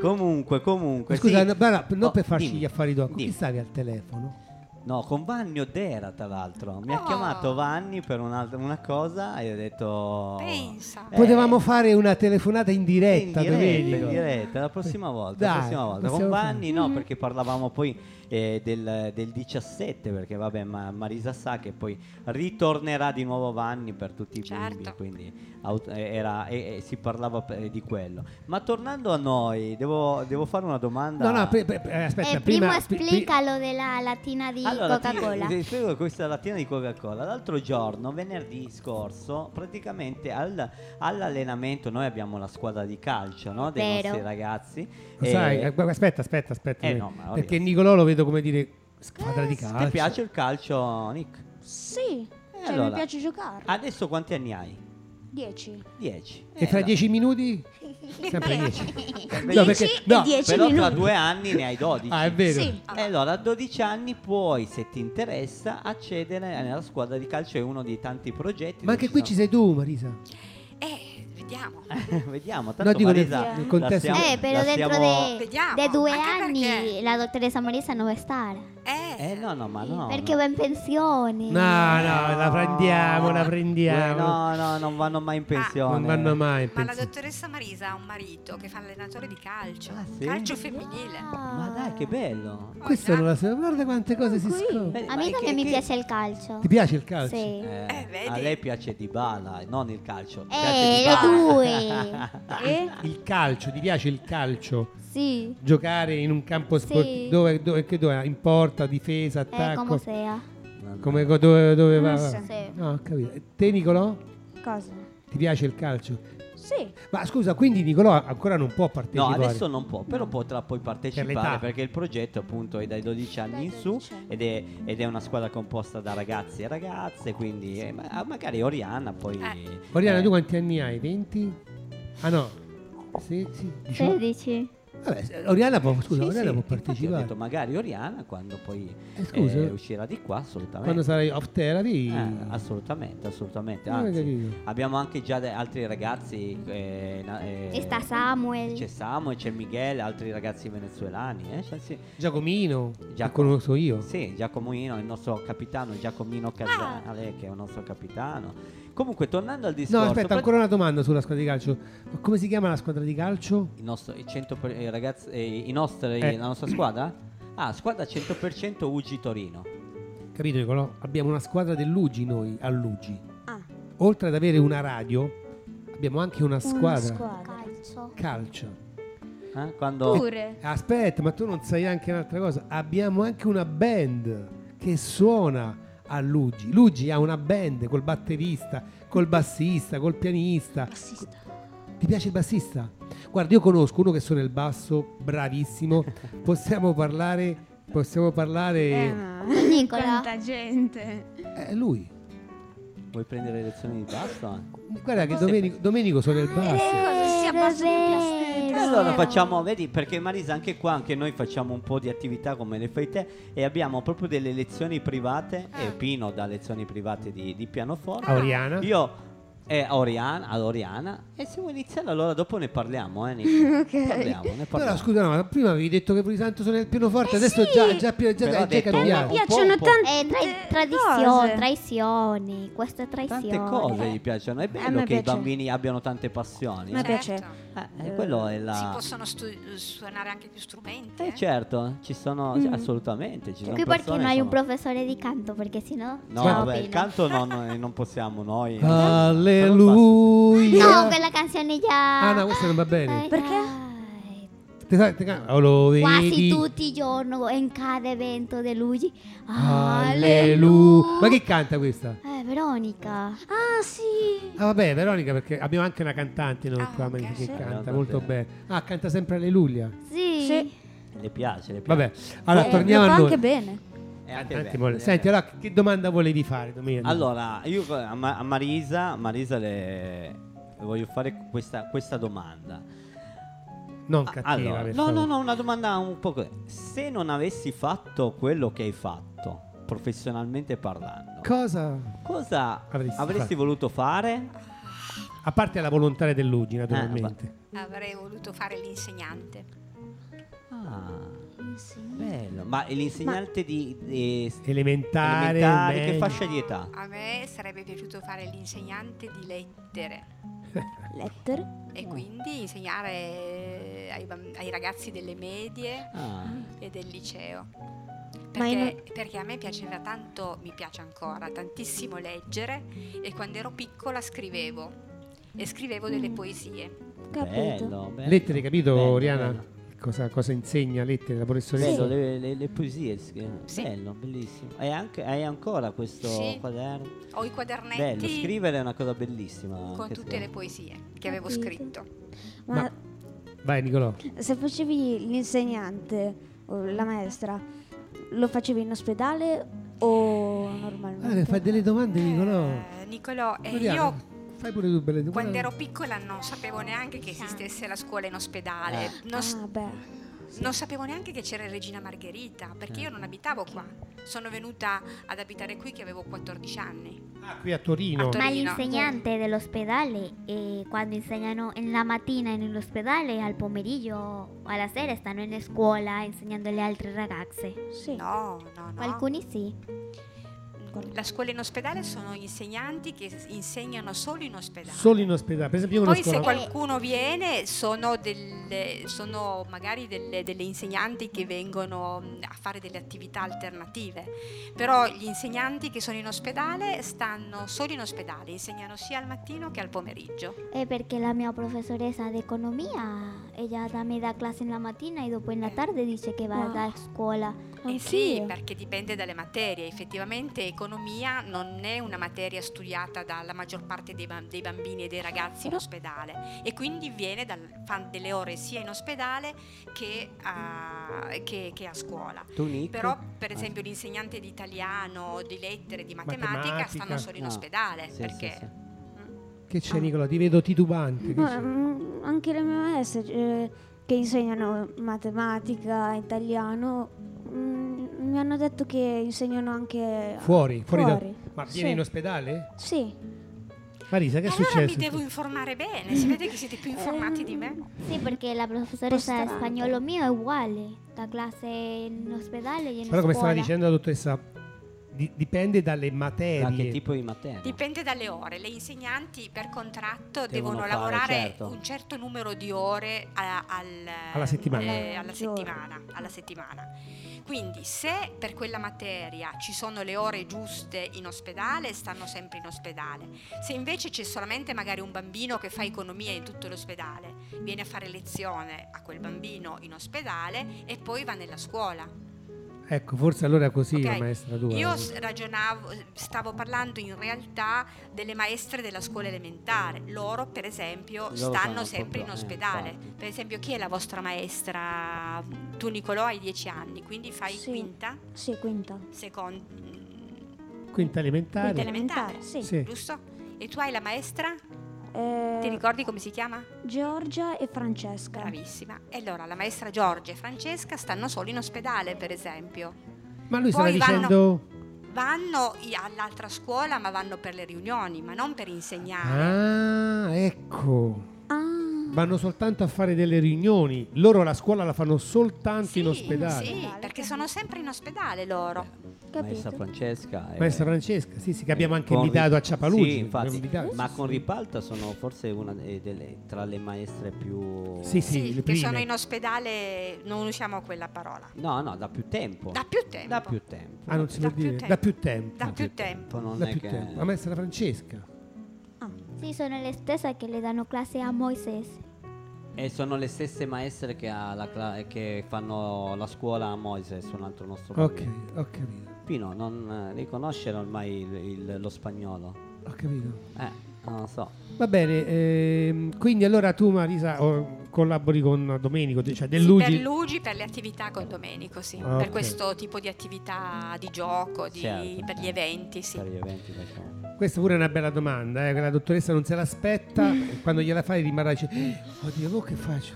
Speaker 10: comunque, comunque.
Speaker 1: Scusa,
Speaker 10: sì.
Speaker 1: no, guarda, non
Speaker 10: Oh,
Speaker 1: per farci
Speaker 10: dimmi,
Speaker 1: gli affari tuoi. Con Chi
Speaker 10: dimmi.
Speaker 1: stavi al telefono?
Speaker 10: No, con Vanni Odera, tra l'altro. Mi ha
Speaker 5: Oh.
Speaker 10: chiamato Vanni per un'altra- una cosa e ho detto...
Speaker 5: Pensa.
Speaker 10: Eh,
Speaker 1: Potevamo fare una telefonata in diretta,
Speaker 10: in diretta,
Speaker 1: Domenico.
Speaker 10: in diretta, la prossima volta, la
Speaker 1: Dai,
Speaker 10: prossima volta. con
Speaker 1: possiamo fare.
Speaker 10: Vanni
Speaker 5: Mm.
Speaker 10: no perché parlavamo poi eh, del, del 17 perché vabbè ma Marisa sa che poi ritornerà di nuovo Vanni per tutti i bimbi
Speaker 5: Certo.
Speaker 10: quindi aut- eh, era- eh, eh, si parlava eh, di quello ma tornando a noi devo, devo fare una domanda
Speaker 1: No, no, pre- pre- eh, aspetta,
Speaker 2: Eh, prima,
Speaker 1: prima pri- pri-
Speaker 2: esplica lo della latina di
Speaker 10: allora, ti-
Speaker 2: Coca-Cola. Eh,
Speaker 10: ti spiego questa lattina di Coca-Cola. L'altro giorno, venerdì scorso, praticamente al- all'allenamento noi abbiamo la squadra di calcio no? dei
Speaker 2: Vero.
Speaker 10: nostri ragazzi.
Speaker 1: Lo
Speaker 10: E-
Speaker 1: sai, eh, gu- aspetta, aspetta, aspetta.
Speaker 10: Eh, no, ma ovvio.
Speaker 1: perché Nicolò lo vedo come dire squadra di calcio.
Speaker 10: Ti piace il calcio, Nick?
Speaker 1: Eh,
Speaker 6: Sì. Cioè,
Speaker 10: allora.
Speaker 6: mi piace giocare.
Speaker 1: Ah.
Speaker 10: Adesso quanti anni hai? Eh,
Speaker 6: 10.
Speaker 10: 10.
Speaker 1: E fra dieci minuti? Sempre dieci.
Speaker 10: Dieci
Speaker 6: e dieci
Speaker 10: Però tra
Speaker 6: minuti.
Speaker 10: due anni ne hai 12.
Speaker 1: Ah, è vero.
Speaker 6: Sì.
Speaker 10: E allora a 12 anni puoi, se ti interessa, accedere nella squadra di calcio, è uno dei tanti progetti.
Speaker 1: Ma
Speaker 10: dove
Speaker 1: anche qui ci
Speaker 10: sono-
Speaker 1: sei tu, Marisa.
Speaker 5: Eh, vediamo.
Speaker 10: Vediamo, tanto
Speaker 1: dico nel-
Speaker 10: Marisa,
Speaker 1: nel
Speaker 10: la
Speaker 1: contesto-
Speaker 10: stiamo-
Speaker 2: eh, però
Speaker 10: la
Speaker 2: dentro
Speaker 10: stiamo-
Speaker 2: de,
Speaker 5: Vediamo,
Speaker 2: de due
Speaker 5: anche
Speaker 2: anni
Speaker 5: perché-
Speaker 2: la dottoressa Marisa non va a stare.
Speaker 5: Eh,
Speaker 10: Eh no, no, ma no.
Speaker 2: perché va in pensione.
Speaker 1: No, Ah, no, la prendiamo, la
Speaker 10: no.
Speaker 1: prendiamo. Ah,
Speaker 10: No, no, non vanno mai in pensione.
Speaker 1: Non vanno mai in
Speaker 5: Ma la
Speaker 1: pensione.
Speaker 5: dottoressa Marisa ha un marito che fa allenatore di calcio,
Speaker 10: Ah, sì? Ah,
Speaker 5: calcio femminile.
Speaker 10: Ma dai, che bello.
Speaker 1: Questa non la so. Guarda quante cose si scoprono.
Speaker 10: Beh,
Speaker 2: A
Speaker 10: ma
Speaker 2: me non
Speaker 10: che-
Speaker 2: mi
Speaker 10: che-
Speaker 2: piace il calcio.
Speaker 1: Ti piace il calcio?
Speaker 2: Sì.
Speaker 10: Eh,
Speaker 5: Eh, vedi?
Speaker 10: a lei piace di bala, non il calcio.
Speaker 2: Eh,
Speaker 10: piace
Speaker 2: le
Speaker 10: Dybala.
Speaker 6: E?
Speaker 1: Il calcio, ti piace il calcio?
Speaker 2: Sì,
Speaker 1: Giocare in un campo sportivo.
Speaker 2: Sì.
Speaker 1: Dove, dove, che dove? In porta, difesa,
Speaker 10: Eh,
Speaker 2: è
Speaker 1: attacco.
Speaker 2: come Eh, sea.
Speaker 10: No, no.
Speaker 1: Come- dove, dove va?
Speaker 6: Ah,
Speaker 1: va?
Speaker 6: sì.
Speaker 2: Sì.
Speaker 1: No, ho capito. E Te Nicolò?
Speaker 6: Cosa?
Speaker 1: Ti piace il calcio?
Speaker 6: Sì.
Speaker 1: Ma scusa, quindi Nicolò ancora non può
Speaker 10: No,
Speaker 1: partecipare.
Speaker 10: adesso non può, però potrà poi
Speaker 1: l'età.
Speaker 10: partecipare perché il progetto appunto è dai 12 anni
Speaker 6: Dai diciamo.
Speaker 10: in su
Speaker 6: 12 anni.
Speaker 10: ed è, ed è una squadra composta da ragazzi e ragazze, quindi eh, ma- magari Oriana poi...
Speaker 5: Eh.
Speaker 1: Oriana,
Speaker 10: eh,
Speaker 1: tu quanti anni hai? 20? Ah no. Sì, sì, 18?
Speaker 2: 16.
Speaker 1: Vabbè, se- Oriana può, scusa,
Speaker 10: sì,
Speaker 1: Oriana
Speaker 10: sì,
Speaker 1: può
Speaker 10: infatti ho
Speaker 1: partecipare.
Speaker 10: detto magari Oriana quando poi
Speaker 1: Eh, scusa,
Speaker 10: eh, uscirà di qua assolutamente.
Speaker 1: quando sarai off therapy.
Speaker 10: Eh, assolutamente, assolutamente.
Speaker 1: Non ho
Speaker 10: Anzi,
Speaker 1: capito.
Speaker 10: abbiamo anche già de- altri ragazzi. eh, na- eh,
Speaker 2: E sta Samuel.
Speaker 10: C'è Samuel, c'è Miguel, altri ragazzi venezuelani. Eh? Cioè, sì.
Speaker 1: Giacomino, già
Speaker 10: Giacomo-
Speaker 1: conosco io.
Speaker 10: Sì, Giacomino, il nostro capitano Giacomino
Speaker 2: Ah.
Speaker 10: Casale, ah, eh, che è un nostro capitano. Comunque, tornando al discorso,
Speaker 1: No, aspetta,
Speaker 10: pra-
Speaker 1: ancora una domanda sulla squadra di calcio. Ma come si chiama la squadra di calcio?
Speaker 10: il nostro- il 100 per- eh, ragazzi, eh, i nostri,
Speaker 1: Eh.
Speaker 10: la nostra squadra? Ah, squadra 100% UG Torino.
Speaker 1: Capito Nicolò? Abbiamo una squadra dell'Ugi noi, a Lugi.
Speaker 6: Ah,
Speaker 1: Oltre ad avere una radio, abbiamo anche una
Speaker 6: una
Speaker 1: squadra,
Speaker 6: squadra.
Speaker 2: Calcio.
Speaker 1: calcio.
Speaker 10: Eh? Quando...
Speaker 6: Pure.
Speaker 1: Aspetta, ma tu non sai anche un'altra cosa. Abbiamo anche una band che suona a Lugi. Lugi ha una band col batterista, col bassista, col pianista. Ti piace il bassista? Guarda, io conosco uno che suona il basso, bravissimo. Possiamo parlare, possiamo
Speaker 6: Eh,
Speaker 1: parlare...
Speaker 11: ma
Speaker 2: Nicola.
Speaker 11: quanta gente.
Speaker 1: Eh, È lui.
Speaker 10: Vuoi prendere lezioni di basso?
Speaker 1: Guarda che Domenico, Domenico suona il
Speaker 5: Eh,
Speaker 1: basso.
Speaker 2: Vero, vero.
Speaker 10: E
Speaker 5: Certo.
Speaker 10: allora facciamo, vedi, perché Marisa anche qua, anche noi facciamo un po' di attività come le fai te e abbiamo proprio delle lezioni private e Pino dà lezioni private di, di pianoforte.
Speaker 1: A Oriana.
Speaker 10: Io e Oriana, ad Oriana e se vuoi iniziare allora dopo ne parliamo, eh Nico.
Speaker 6: Ok.
Speaker 10: Parliamo, ne
Speaker 1: Però
Speaker 10: parliamo.
Speaker 1: scusa, no, ma prima avevi detto che Polisanto suona il pianoforte, adesso
Speaker 6: sì!
Speaker 1: già, già, già,
Speaker 10: Però
Speaker 1: già,
Speaker 10: ha
Speaker 1: già è
Speaker 10: detto un
Speaker 1: cambiato.
Speaker 10: po', un po',
Speaker 6: Piacciono
Speaker 10: un po'.
Speaker 6: tanti-
Speaker 2: Eh, tra-
Speaker 6: Tante
Speaker 2: tradizione,
Speaker 6: cose.
Speaker 2: traizioni, questa è traizione.
Speaker 10: Tante cose gli piacciono, è bello
Speaker 6: me
Speaker 10: che
Speaker 6: piace.
Speaker 10: i bambini abbiano tante passioni.
Speaker 6: A me
Speaker 10: Eh,
Speaker 6: piace.
Speaker 5: Certo.
Speaker 10: eh, quello è la...
Speaker 5: Si possono stu- suonare anche più strumenti.
Speaker 10: Eh,
Speaker 5: eh?
Speaker 10: certo, ci sono
Speaker 6: Mm.
Speaker 10: assolutamente, ci sono
Speaker 2: Qui perché
Speaker 10: persone,
Speaker 2: non hai un
Speaker 10: sono-
Speaker 2: professore di canto, perché sennò
Speaker 10: No,
Speaker 2: ciao,
Speaker 10: vabbè, il
Speaker 2: Pino.
Speaker 10: canto no, no, eh, non possiamo noi. eh.
Speaker 1: Alleluia.
Speaker 2: No, Eh. quella canzone già.
Speaker 1: Ah no, questo non va bene.
Speaker 2: Dai,
Speaker 6: Perché?
Speaker 2: dai.
Speaker 1: Te sa- te ca- oh, lo vedi?
Speaker 2: Quasi tutti i giorni in cada evento di Luigi.
Speaker 1: Alleluia. Ma chi canta questa?
Speaker 2: Eh, Veronica.
Speaker 6: Ah, sì.
Speaker 1: Ah vabbè, Veronica, perché abbiamo anche una cantante noi
Speaker 5: Ah,
Speaker 1: qua
Speaker 5: ok.
Speaker 1: che
Speaker 5: Sì.
Speaker 1: canta
Speaker 10: Andata
Speaker 1: molto bene.
Speaker 10: bene.
Speaker 1: Ah, canta sempre Alleluia.
Speaker 2: Sì.
Speaker 10: Le piace, le piace.
Speaker 1: Vabbè, allora
Speaker 6: Eh,
Speaker 1: torniamo
Speaker 6: lo
Speaker 1: a
Speaker 6: fa
Speaker 1: noi.
Speaker 6: anche bene.
Speaker 10: È anche
Speaker 1: Tanti
Speaker 10: bello,
Speaker 1: mol-
Speaker 10: eh.
Speaker 1: Senti, allora che domanda volevi fare domenica?
Speaker 10: Allora, io eh, co- a, Ma- a Marisa, Marisa le le voglio fare questa, questa domanda.
Speaker 1: non
Speaker 10: Ah,
Speaker 1: cattiva,
Speaker 10: allora,
Speaker 1: per
Speaker 10: no,
Speaker 1: favore.
Speaker 10: no, no, una domanda un po' così. Se non avessi fatto quello che hai fatto, professionalmente parlando,
Speaker 1: Cosa?
Speaker 10: cosa
Speaker 1: Avresti
Speaker 10: avresti,
Speaker 1: fatto?
Speaker 10: voluto fare?
Speaker 1: A parte la volontà dell'Uggi,
Speaker 10: Eh,
Speaker 1: naturalmente.
Speaker 5: Avrei voluto fare l'insegnante.
Speaker 10: Ah, bello. Ma l'insegnante di, di-
Speaker 1: Elementare,
Speaker 10: elementari, che
Speaker 1: medio.
Speaker 10: fascia di età?
Speaker 5: A me sarebbe piaciuto fare l'insegnante di lettere
Speaker 6: Letter.
Speaker 10: Mm.
Speaker 5: e quindi insegnare ai, bam- ai ragazzi delle medie
Speaker 10: Ah.
Speaker 5: e del liceo.
Speaker 6: Ma in-
Speaker 5: Perché, perché a me piaceva tanto, mi piace ancora tantissimo leggere e quando ero piccola scrivevo e scrivevo delle
Speaker 6: Mm.
Speaker 5: poesie.
Speaker 6: Capito.
Speaker 10: Bello, bello.
Speaker 1: Lettere, capito,
Speaker 10: Bello,
Speaker 1: Oriana?
Speaker 10: bello.
Speaker 1: Cosa, cosa insegna lettere la
Speaker 10: Bello,
Speaker 1: professoressa?
Speaker 10: le, le- le poesie, sì.
Speaker 5: Sì.
Speaker 10: bello, bellissimo. E anche, hai ancora questo
Speaker 5: Sì.
Speaker 10: quaderno?
Speaker 5: Ho i quadernetti
Speaker 10: Bello, scrivere è una cosa bellissima.
Speaker 5: con tutte
Speaker 10: anche secondo
Speaker 5: le
Speaker 10: me.
Speaker 5: poesie che avevo
Speaker 6: Capito.
Speaker 5: scritto.
Speaker 6: Ma
Speaker 1: Ma- Vai Nicolò.
Speaker 6: se facevi l'insegnante o la maestra, lo facevi in ospedale o
Speaker 1: Guarda che
Speaker 6: normalmente?
Speaker 1: Eh, fai delle domande Nicolò.
Speaker 5: Eh, Nicolò, eh,
Speaker 1: Oriana,
Speaker 5: io
Speaker 1: fai pure tu belle domande.
Speaker 5: quando ero piccola non sapevo neanche che esistesse la scuola in ospedale. Non s-
Speaker 6: Esatto. Ah, beh.
Speaker 5: Non sapevo neanche che c'era Regina Margherita, perché
Speaker 10: Ah.
Speaker 5: io non abitavo qua. Sono venuta ad abitare qui che avevo 14 anni.
Speaker 1: Ah, qui a Torino.
Speaker 2: Ma l'insegnante dell'ospedale, eh, quando insegnano en la mattina nell'ospedale, al pomeriggio, alla sera stanno in scuola insegnando alle altre ragazze.
Speaker 6: Sì.
Speaker 5: No, no, no.
Speaker 2: Alcuni sì.
Speaker 5: La scuola in ospedale sono insegnanti che insegnano solo in ospedale.
Speaker 1: Solo in ospedale. Per esempio, io
Speaker 5: Poi
Speaker 1: conosco
Speaker 5: se
Speaker 1: una-
Speaker 5: qualcuno viene sono, delle- sono magari delle, delle insegnanti che vengono mh, a fare delle attività alternative, però gli insegnanti che sono in ospedale stanno solo in ospedale, insegnano sia al mattino che al pomeriggio.
Speaker 2: Eh, perché la mia professoressa di economia, ella da me dà classe in la mattina e dopo in la tarde dice che va
Speaker 6: Wow.
Speaker 2: a scuola.
Speaker 5: Eh sì, perché dipende dalle materie. Effettivamente economia non è una materia studiata dalla maggior parte dei, ba- dei bambini e dei ragazzi in
Speaker 6: Però-
Speaker 5: ospedale e quindi viene dal, fa delle ore sia in ospedale che a, che- che a scuola.
Speaker 10: Tu, Nick? Ah.
Speaker 5: Però, per esempio, l'insegnante di italiano, di lettere, di matematica,
Speaker 1: Matematica.
Speaker 5: stanno solo in
Speaker 10: Ah,
Speaker 5: ospedale
Speaker 10: sì, sì,
Speaker 5: perché
Speaker 10: sì.
Speaker 1: Che c'è, Nicola? Ti vedo titubante. Che
Speaker 6: Ma,
Speaker 1: c'è?
Speaker 6: mm, anche le mie maestre eh, che insegnano matematica, italiano, mm, mi hanno detto che insegnano anche
Speaker 1: Fuori, fuori, da-
Speaker 6: fuori.
Speaker 1: Ma
Speaker 6: Sì.
Speaker 1: viene in ospedale?
Speaker 6: Sì.
Speaker 1: Marisa, che è
Speaker 5: allora
Speaker 1: successo?
Speaker 5: mi devo informare bene. Si vede che siete più informati di me.
Speaker 2: Sì, perché la professoressa di
Speaker 6: Bastante.
Speaker 2: spagnolo mio è uguale, eh. da classe in ospedale e in
Speaker 1: Però, come stava
Speaker 2: scuola.
Speaker 1: dicendo la dottoressa, di- dipende dalle materie.
Speaker 10: Ma che tipo di materia?
Speaker 5: Dipende dalle ore. Le insegnanti per contratto
Speaker 10: Devono
Speaker 5: devono,
Speaker 10: fare,
Speaker 5: lavorare
Speaker 10: certo.
Speaker 5: un certo numero di ore a- al-
Speaker 1: Alla settimana.
Speaker 5: eh, alla
Speaker 6: Giorno.
Speaker 5: settimana. alla settimana. Quindi se per quella materia ci sono le ore giuste in ospedale, stanno sempre in ospedale. Se invece c'è solamente magari un bambino che fa economia in tutto l'ospedale, viene a fare lezione a quel bambino in ospedale e poi va nella scuola.
Speaker 1: Ecco, forse allora così
Speaker 5: Ok,
Speaker 1: la maestra tua.
Speaker 5: Io s- ragionavo, stavo parlando in realtà delle maestre della scuola elementare. Loro, per esempio,
Speaker 10: Loro stanno
Speaker 5: stanno sempre in
Speaker 10: proprio- eh,
Speaker 5: ospedale.
Speaker 10: infatti.
Speaker 5: per esempio, chi è la vostra maestra? Tu, Nicolò, hai 10 anni, quindi fai
Speaker 6: Sì.
Speaker 5: quinta,
Speaker 6: Sì, quinta.
Speaker 5: seconda,
Speaker 1: Quinta elementare.
Speaker 5: Quinta elementare.
Speaker 6: Sì.
Speaker 1: Sì.
Speaker 5: giusto? E tu hai la maestra?
Speaker 6: Eh,
Speaker 5: Ti ricordi come si chiama?
Speaker 6: Giorgia e Francesca.
Speaker 5: Bravissima. E allora la maestra Giorgia e Francesca stanno solo in ospedale, per esempio.
Speaker 1: Ma lui stava
Speaker 5: Poi vanno-
Speaker 1: dicendo.
Speaker 5: Vanno i- all'altra scuola, ma vanno per le riunioni, ma non per insegnare.
Speaker 1: Ah, ecco.
Speaker 6: Ah,
Speaker 1: Vanno soltanto a fare delle riunioni. Loro la scuola la fanno soltanto in ospedale.
Speaker 5: Sì, perché sono sempre in ospedale loro.
Speaker 10: Maestra
Speaker 6: capito.
Speaker 10: Francesca. eh,
Speaker 1: Maestra Francesca, sì, sì, che abbiamo anche
Speaker 10: con ri-
Speaker 1: invitato a Ciapalugi.
Speaker 10: Sì,
Speaker 1: abbiamo
Speaker 10: infatti,
Speaker 1: invitato-
Speaker 10: ma con Ripalta sono forse una eh, delle, tra le maestre più...
Speaker 1: Sì, sì. le
Speaker 5: che
Speaker 1: prime. Boh.
Speaker 5: sono in ospedale, non usiamo quella parola.
Speaker 10: No, no, da più tempo.
Speaker 5: Da più tempo.
Speaker 10: Da più tempo.
Speaker 1: Ah, non si
Speaker 5: Da
Speaker 1: può
Speaker 5: più
Speaker 1: dire.
Speaker 5: tempo.
Speaker 1: Da più tempo.
Speaker 5: Da più
Speaker 10: tempo,
Speaker 5: tempo.
Speaker 10: non
Speaker 1: Da
Speaker 10: è
Speaker 1: più
Speaker 10: che...
Speaker 1: tempo. La maestra Francesca.
Speaker 2: Sì, sono le stesse che le danno classe a Moises.
Speaker 10: E sono le stesse maestre che, ha la cla- eh, che fanno la scuola a Moises, un altro nostro
Speaker 1: Ok,
Speaker 10: bambino.
Speaker 1: ho capito.
Speaker 10: Pino, non eh, riconoscere ormai il- il- lo spagnolo.
Speaker 1: Ho capito.
Speaker 10: Eh, non lo so.
Speaker 1: Va bene, ehm, quindi allora tu Marisa oh, collabori con Domenico, cioè
Speaker 5: Sì,
Speaker 1: Del Luigi.
Speaker 5: per Luigi, per le attività con Domenico, sì.
Speaker 1: Ah, ok.
Speaker 5: Per questo tipo di attività di gioco, di-
Speaker 10: Certo,
Speaker 5: per gli
Speaker 10: eh.
Speaker 5: eventi, sì.
Speaker 10: Per gli eventi facciamo.
Speaker 1: Questa pure è una bella domanda, eh, che la dottoressa non se l'aspetta, e quando gliela fai rimarrà e dice, "Eh, oddio, mo che faccio?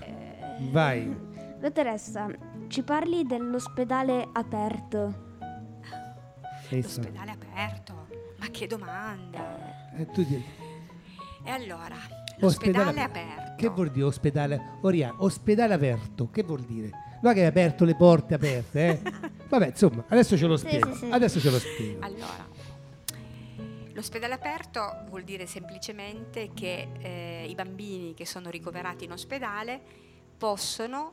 Speaker 1: Vai.
Speaker 6: Eh, Dottoressa, ci parli dell'ospedale aperto?
Speaker 1: Essa.
Speaker 5: L'ospedale aperto. Ma che domanda.
Speaker 1: Eh, tu dici,
Speaker 5: E allora,
Speaker 1: ospedale
Speaker 5: l'ospedale
Speaker 1: aperto.
Speaker 5: aperto.
Speaker 1: Che vuol dire ospedale? Oria, ospedale aperto, che vuol dire? Non è che hai aperto le porte aperte, eh? Vabbè, insomma, adesso ce lo
Speaker 2: Sì,
Speaker 1: spiego.
Speaker 2: sì, sì.
Speaker 1: Adesso ce lo spiego.
Speaker 5: Allora, l'ospedale aperto vuol dire semplicemente che eh, i bambini che sono ricoverati in ospedale possono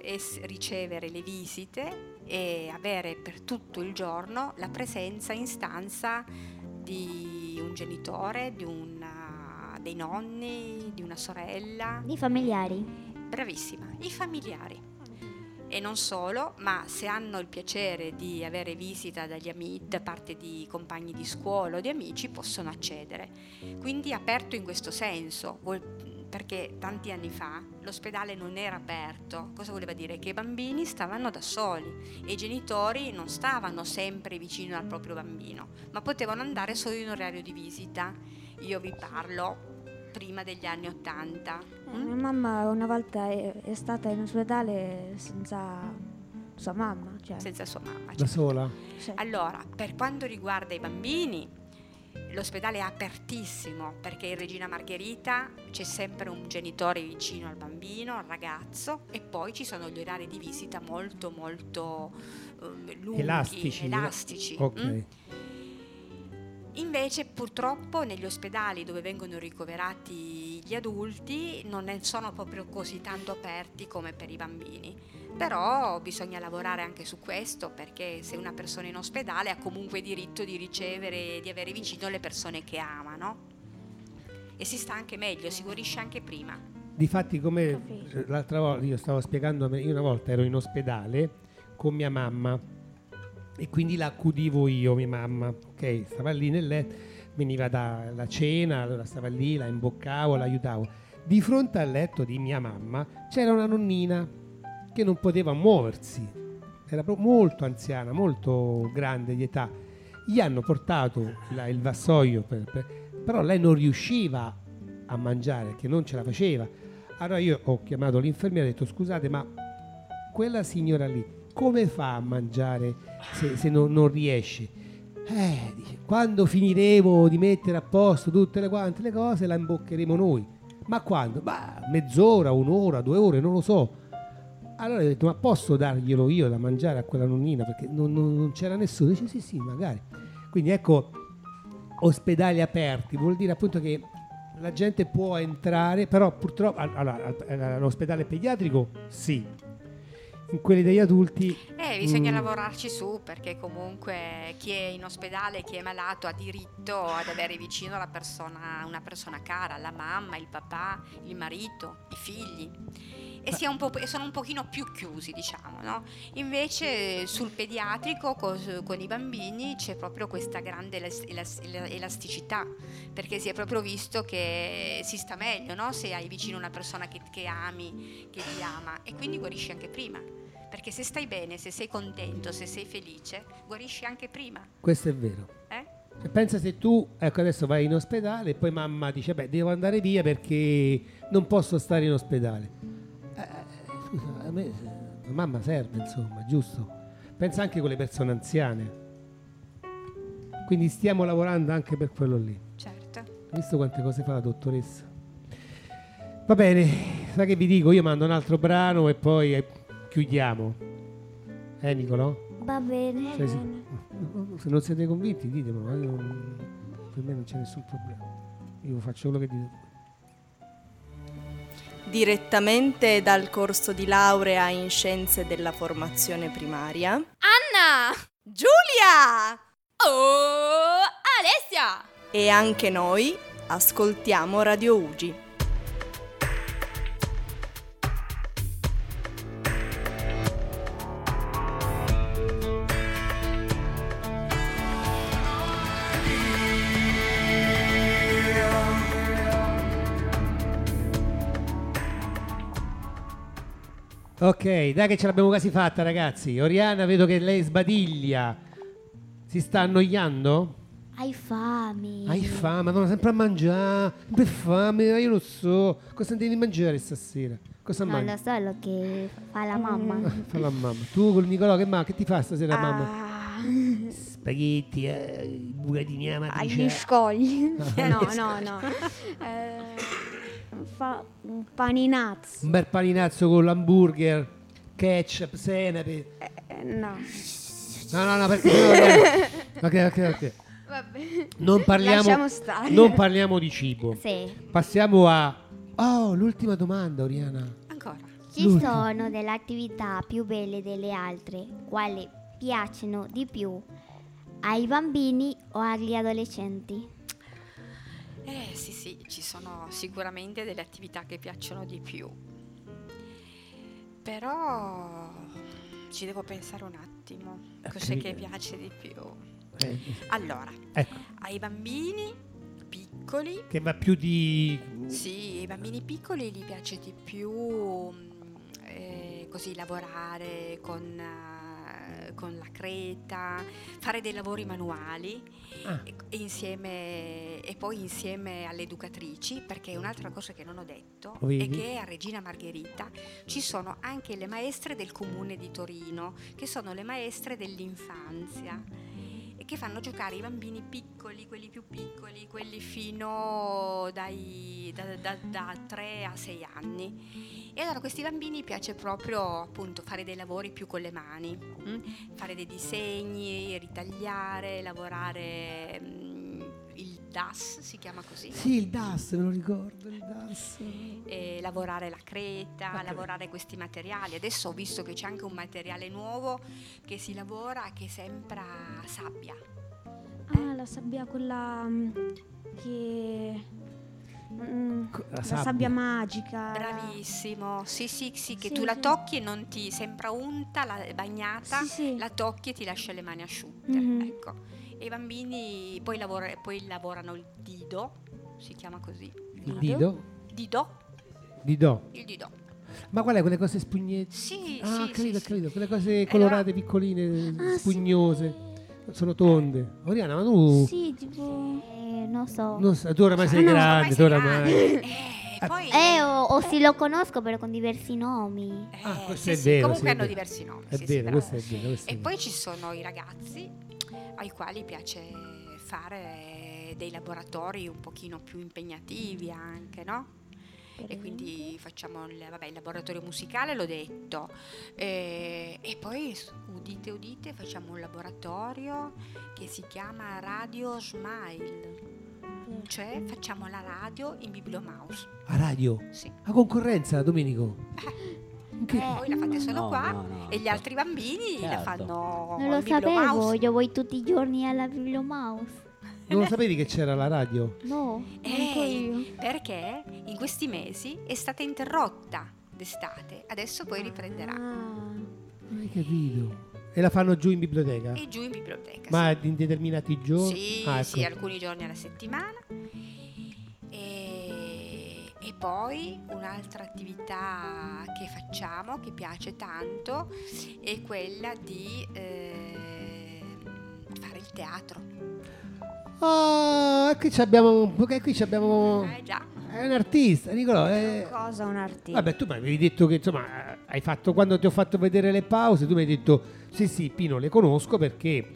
Speaker 5: es- ricevere le visite e avere per tutto il giorno la presenza in stanza di un genitore, di una- dei nonni, di una sorella,
Speaker 2: Di familiari.
Speaker 5: Bravissima, i familiari. E non solo, ma se hanno il piacere di avere visita dagli ami- da parte di compagni di scuola o di amici, possono accedere. Quindi aperto in questo senso, vuol- perché tanti anni fa l'ospedale non era aperto. Cosa voleva dire? Che i bambini stavano da soli e i genitori non stavano sempre vicino al proprio bambino, ma potevano andare solo in orario di visita. Io vi parlo prima degli anni Ottanta.
Speaker 6: Eh, Mia mamma una volta è, è stata in ospedale senza sua mamma. Cioè.
Speaker 5: Senza sua mamma. certo.
Speaker 1: Da sola?
Speaker 5: Allora, per quanto riguarda i bambini, l'ospedale è apertissimo perché in Regina Margherita c'è sempre un genitore vicino al bambino, al ragazzo e poi ci sono gli orari di visita molto molto ehm, lunghi,
Speaker 1: Elastici.
Speaker 5: elastici,
Speaker 1: Ok.
Speaker 5: mm. Invece purtroppo negli ospedali dove vengono ricoverati gli adulti non ne sono proprio così tanto aperti come per i bambini. Però bisogna lavorare anche su questo perché se una persona è in ospedale ha comunque diritto di ricevere, di avere vicino le persone che ama, no? E si sta anche meglio, si guarisce anche prima.
Speaker 1: Difatti, come l'altra volta io stavo spiegando, a me- io una volta ero in ospedale con mia mamma e quindi la accudivo io, mia mamma, ok? Stava lì nel letto, veniva dalla cena, allora stava lì, la imboccavo, la aiutavo. Di fronte al letto di mia mamma c'era una nonnina che non poteva muoversi, era proprio molto anziana, molto grande di età. Gli hanno portato la- il vassoio, per- per- però lei non riusciva a mangiare, che non ce la faceva. Allora io ho chiamato l'infermiera e ho detto scusate ma quella signora lì come fa a mangiare se, se non, non riesce? Eh, dice, quando finiremo di mettere a posto tutte le quante le cose la imboccheremo noi. Ma quando? Ma mezz'ora, un'ora, due ore, non lo so. Allora ho detto ma posso darglielo io da mangiare a quella nonnina perché non, non- non c'era nessuno? Dice sì sì magari. Quindi ecco, ospedali aperti vuol dire appunto che la gente può entrare, però purtroppo all- allora, al- all'ospedale pediatrico sì, in quelli degli adulti
Speaker 5: Eh, bisogna
Speaker 1: mm,
Speaker 5: lavorarci su perché comunque chi è in ospedale, chi è malato ha diritto ad avere vicino la persona, una persona cara, la mamma, il papà, il marito, i figli. E si è un po' e sono un pochino più chiusi, diciamo, no? Invece sul pediatrico cos- con i bambini c'è proprio questa grande elas- elas- elasticità, perché si è proprio visto che si sta meglio, no? Se hai vicino una persona che, che ami, che ti ama, e quindi guarisci anche prima. Perché se stai bene, se sei contento, se sei felice, guarisci anche prima.
Speaker 1: Questo è vero.
Speaker 5: Eh?
Speaker 1: Cioè, Pensa se tu, ecco adesso vai in ospedale e poi mamma dice, beh, devo andare via perché non posso stare in ospedale. Eh, scusa, a me la mamma serve, insomma, giusto? Pensa anche con le persone anziane. Quindi stiamo lavorando anche per quello lì.
Speaker 5: Certo.
Speaker 1: Hai visto quante cose fa la dottoressa? Va bene, sai che vi dico, io mando un altro brano e poi eh, chiudiamo. Eh Nicolò?
Speaker 2: Va bene.
Speaker 1: Sei sic- No, no, Se non siete convinti ditemelo, eh, non- per me non c'è nessun problema. Io faccio quello che dite voi.
Speaker 11: Direttamente dal corso di laurea in scienze della formazione primaria.
Speaker 12: Anna! Giulia! Oh, Alessia!
Speaker 11: E anche noi ascoltiamo Radio Ugi.
Speaker 1: Ok, dai che ce l'abbiamo quasi fatta ragazzi. Oriana vedo che lei sbadiglia. Si sta annoiando?
Speaker 2: Hai fame.
Speaker 1: Hai fame, madonna, sempre a mangiare. Sempre fame, eh, io lo so. Cosa devi mangiare stasera? Cosa
Speaker 2: Non
Speaker 1: mangi?
Speaker 2: lo so lo che fa
Speaker 6: Mm.
Speaker 2: la mamma.
Speaker 1: Fa la mamma. Tu col Nicolò che, ma- che ti fa stasera mamma?
Speaker 6: Ah.
Speaker 1: Spaghetti, eh, bucatini alla
Speaker 6: Agli
Speaker 1: matrice.
Speaker 6: scogli.
Speaker 1: Ah.
Speaker 6: Ah, no, no, no. Eh, fa un paninazzo.
Speaker 1: Un bel paninazzo con l'hamburger, ketchup, senape.
Speaker 6: Eh, no.
Speaker 1: No, no, no, perché... no, no. Ok, ok, ok.
Speaker 6: Vabbè.
Speaker 1: Non parliamo,
Speaker 6: Lasciamo stare.
Speaker 1: non parliamo di cibo.
Speaker 2: Sì.
Speaker 1: Passiamo a... Oh, l'ultima domanda, Oriana.
Speaker 5: Ancora.
Speaker 2: Ci
Speaker 1: L'ultimo.
Speaker 2: sono delle attività più belle delle altre, quali piacciono di più ai bambini o agli adolescenti?
Speaker 5: Eh sì sì, ci sono sicuramente delle attività che piacciono di più. Però ci devo pensare un attimo. Cos'è che
Speaker 13: capito.
Speaker 5: piace di più?
Speaker 1: Eh,
Speaker 5: Allora,
Speaker 1: Ecco.
Speaker 5: ai bambini piccoli
Speaker 1: Che va più di...
Speaker 5: Sì, ai bambini piccoli gli piace di più mm, eh, così lavorare con, eh, con con la creta, fare dei lavori manuali
Speaker 1: Ah.
Speaker 5: e, e insieme, e poi insieme alle educatrici, perché un'altra cosa che non ho detto
Speaker 1: Lo vedi?
Speaker 5: è che a Regina Margherita ci sono anche le maestre del comune di Torino, che sono le maestre dell'infanzia e che fanno giocare i bambini piccoli, quelli più piccoli, quelli fino dai, da, da- da 3 a 6 anni. E allora a questi bambini piace proprio appunto fare dei lavori più con le mani, mm? fare dei disegni, ritagliare, lavorare mm, il DAS, si chiama così.
Speaker 1: Sì, il DAS, me lo ricordo, il DAS.
Speaker 5: E lavorare la creta, lavorare questi materiali. Adesso ho visto che c'è anche un materiale nuovo che si lavora che sembra sabbia.
Speaker 6: Ah, la sabbia quella mm, che... mm, la
Speaker 5: sabbia.
Speaker 6: sabbia. magica. la-
Speaker 5: Bravissimo, sì sì sì, che
Speaker 6: Ah. Sì,
Speaker 5: tu la
Speaker 6: sì.
Speaker 5: tocchi e non ti sembra unta, la, bagnata, la tocchi e ti lascia le mani asciutte,
Speaker 6: Mhm.
Speaker 5: ecco. E i bambini poi, lavora- poi lavorano il dido, si chiama così.
Speaker 1: Il dido?
Speaker 5: Dido,
Speaker 1: Di Do.
Speaker 5: il dido.
Speaker 1: Ma qual è quelle cose spugnette?
Speaker 5: Sì,
Speaker 1: ah,
Speaker 5: sì, Ah,
Speaker 1: ho capito, ho capito, quelle cose colorate, piccoline, spugnose. Sono tonde. Oriana, ma tu...
Speaker 6: Sì, tipo...
Speaker 2: Eh, non so.
Speaker 1: Mm. Non so, tu
Speaker 5: Ah,
Speaker 1: oramai sei grande, tu oramai...
Speaker 2: Eh, o, o sì, lo conosco, però con diversi nomi.
Speaker 1: Ah, questo
Speaker 5: Eh, sì,
Speaker 1: è
Speaker 5: sì,
Speaker 1: vero. sì,
Speaker 5: comunque
Speaker 1: è
Speaker 5: hanno
Speaker 1: vero.
Speaker 5: diversi nomi,
Speaker 1: È
Speaker 5: sì, sì,
Speaker 1: vero,
Speaker 5: bravo.
Speaker 1: questo è vero. questo è
Speaker 5: E
Speaker 1: vero.
Speaker 5: poi ci sono i ragazzi ai quali piace fare dei laboratori un pochino più impegnativi anche, no? E quindi facciamo il, vabbè, il laboratorio musicale, l'ho detto, e, e poi s- udite, udite, facciamo un laboratorio che si chiama Radio Smile, cioè facciamo la radio in Bibliomouse.
Speaker 1: A radio?
Speaker 5: Sì.
Speaker 1: A concorrenza, Domenico.
Speaker 5: Eh, voi la fate solo
Speaker 1: No,
Speaker 5: qua
Speaker 1: no, no,
Speaker 5: e gli altri bambini la
Speaker 1: Certo.
Speaker 5: fanno
Speaker 2: Non lo
Speaker 5: in Bibliomouse.
Speaker 2: sapevo, io voi tutti i giorni alla Bibliomouse.
Speaker 1: Non lo sapevi che c'era la radio?
Speaker 2: No, manco io.
Speaker 5: Ehi, Eh, perché in questi mesi è stata interrotta d'estate, adesso poi riprenderà.
Speaker 2: Ah.
Speaker 6: Ah.
Speaker 1: Non hai capito. E la fanno giù in biblioteca?
Speaker 5: E giù in biblioteca.
Speaker 1: Ma in determinati giorni?
Speaker 5: Sì,
Speaker 1: Ah,
Speaker 5: sì,
Speaker 1: ecco.
Speaker 5: alcuni giorni alla settimana. E, e poi un'altra attività che facciamo, che piace tanto, è quella di eh, fare il teatro.
Speaker 1: Ah, qui ci abbiamo. ok, Qui ci
Speaker 2: Oh.
Speaker 1: abbiamo.
Speaker 5: Eh già.
Speaker 1: È un artista, Nicolò. È...
Speaker 6: Cosa un artista?
Speaker 1: Eh, Vabbè, tu mi avevi detto che insomma, hai fatto quando ti ho fatto vedere le pause, tu mi hai detto sì, sì, Pino, le conosco perché.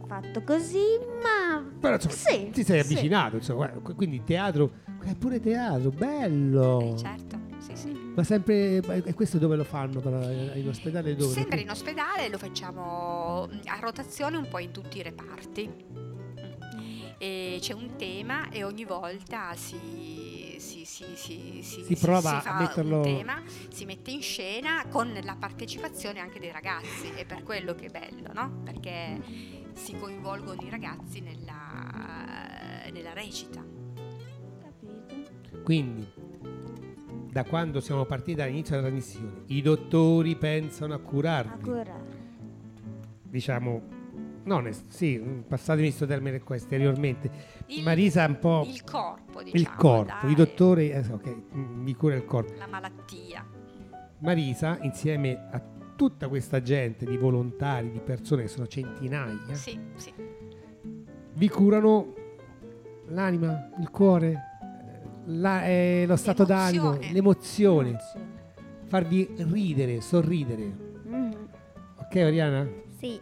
Speaker 6: Ho fatto così, ma...
Speaker 1: Però insomma,
Speaker 6: Sì,
Speaker 1: ti sei
Speaker 6: sì.
Speaker 1: avvicinato, insomma, guarda, quindi teatro, è pure teatro, bello.
Speaker 5: Certo, sì, sì.
Speaker 1: Ma sempre, ma e questo dove lo fanno? Però, eh, in ospedale dove?
Speaker 5: Sempre in ospedale lo facciamo mm, a rotazione un po' in tutti i reparti. Mm. E c'è un tema e ogni volta si, si, si, si, si-
Speaker 1: Si prova a
Speaker 5: fa
Speaker 1: metterlo-
Speaker 5: un tema, si mette in scena con la partecipazione anche dei ragazzi. È per quello che è bello, no? Perché si coinvolgono i ragazzi nella, nella recita.
Speaker 1: Quindi, da quando siamo partiti dall'inizio della trasmissione, i dottori pensano a curarvi.
Speaker 6: Ancora.
Speaker 1: diciamo, no, ne- sì, passatemi questo termine qua esteriormente. Marisa è un po'...
Speaker 5: il corpo,
Speaker 1: Il
Speaker 5: diciamo,
Speaker 1: corpo,
Speaker 5: dai.
Speaker 1: i dottori, eh, ok, mm, mi cura il corpo.
Speaker 5: La malattia.
Speaker 1: Marisa, insieme a tutta questa gente di volontari, di persone che sono centinaia,
Speaker 5: Sì, sì.
Speaker 1: vi curano l'anima, il cuore, la- eh, lo stato d'animo, l'emozione, farvi ridere, sorridere. Ok, Oriana? Eh,
Speaker 2: Sì.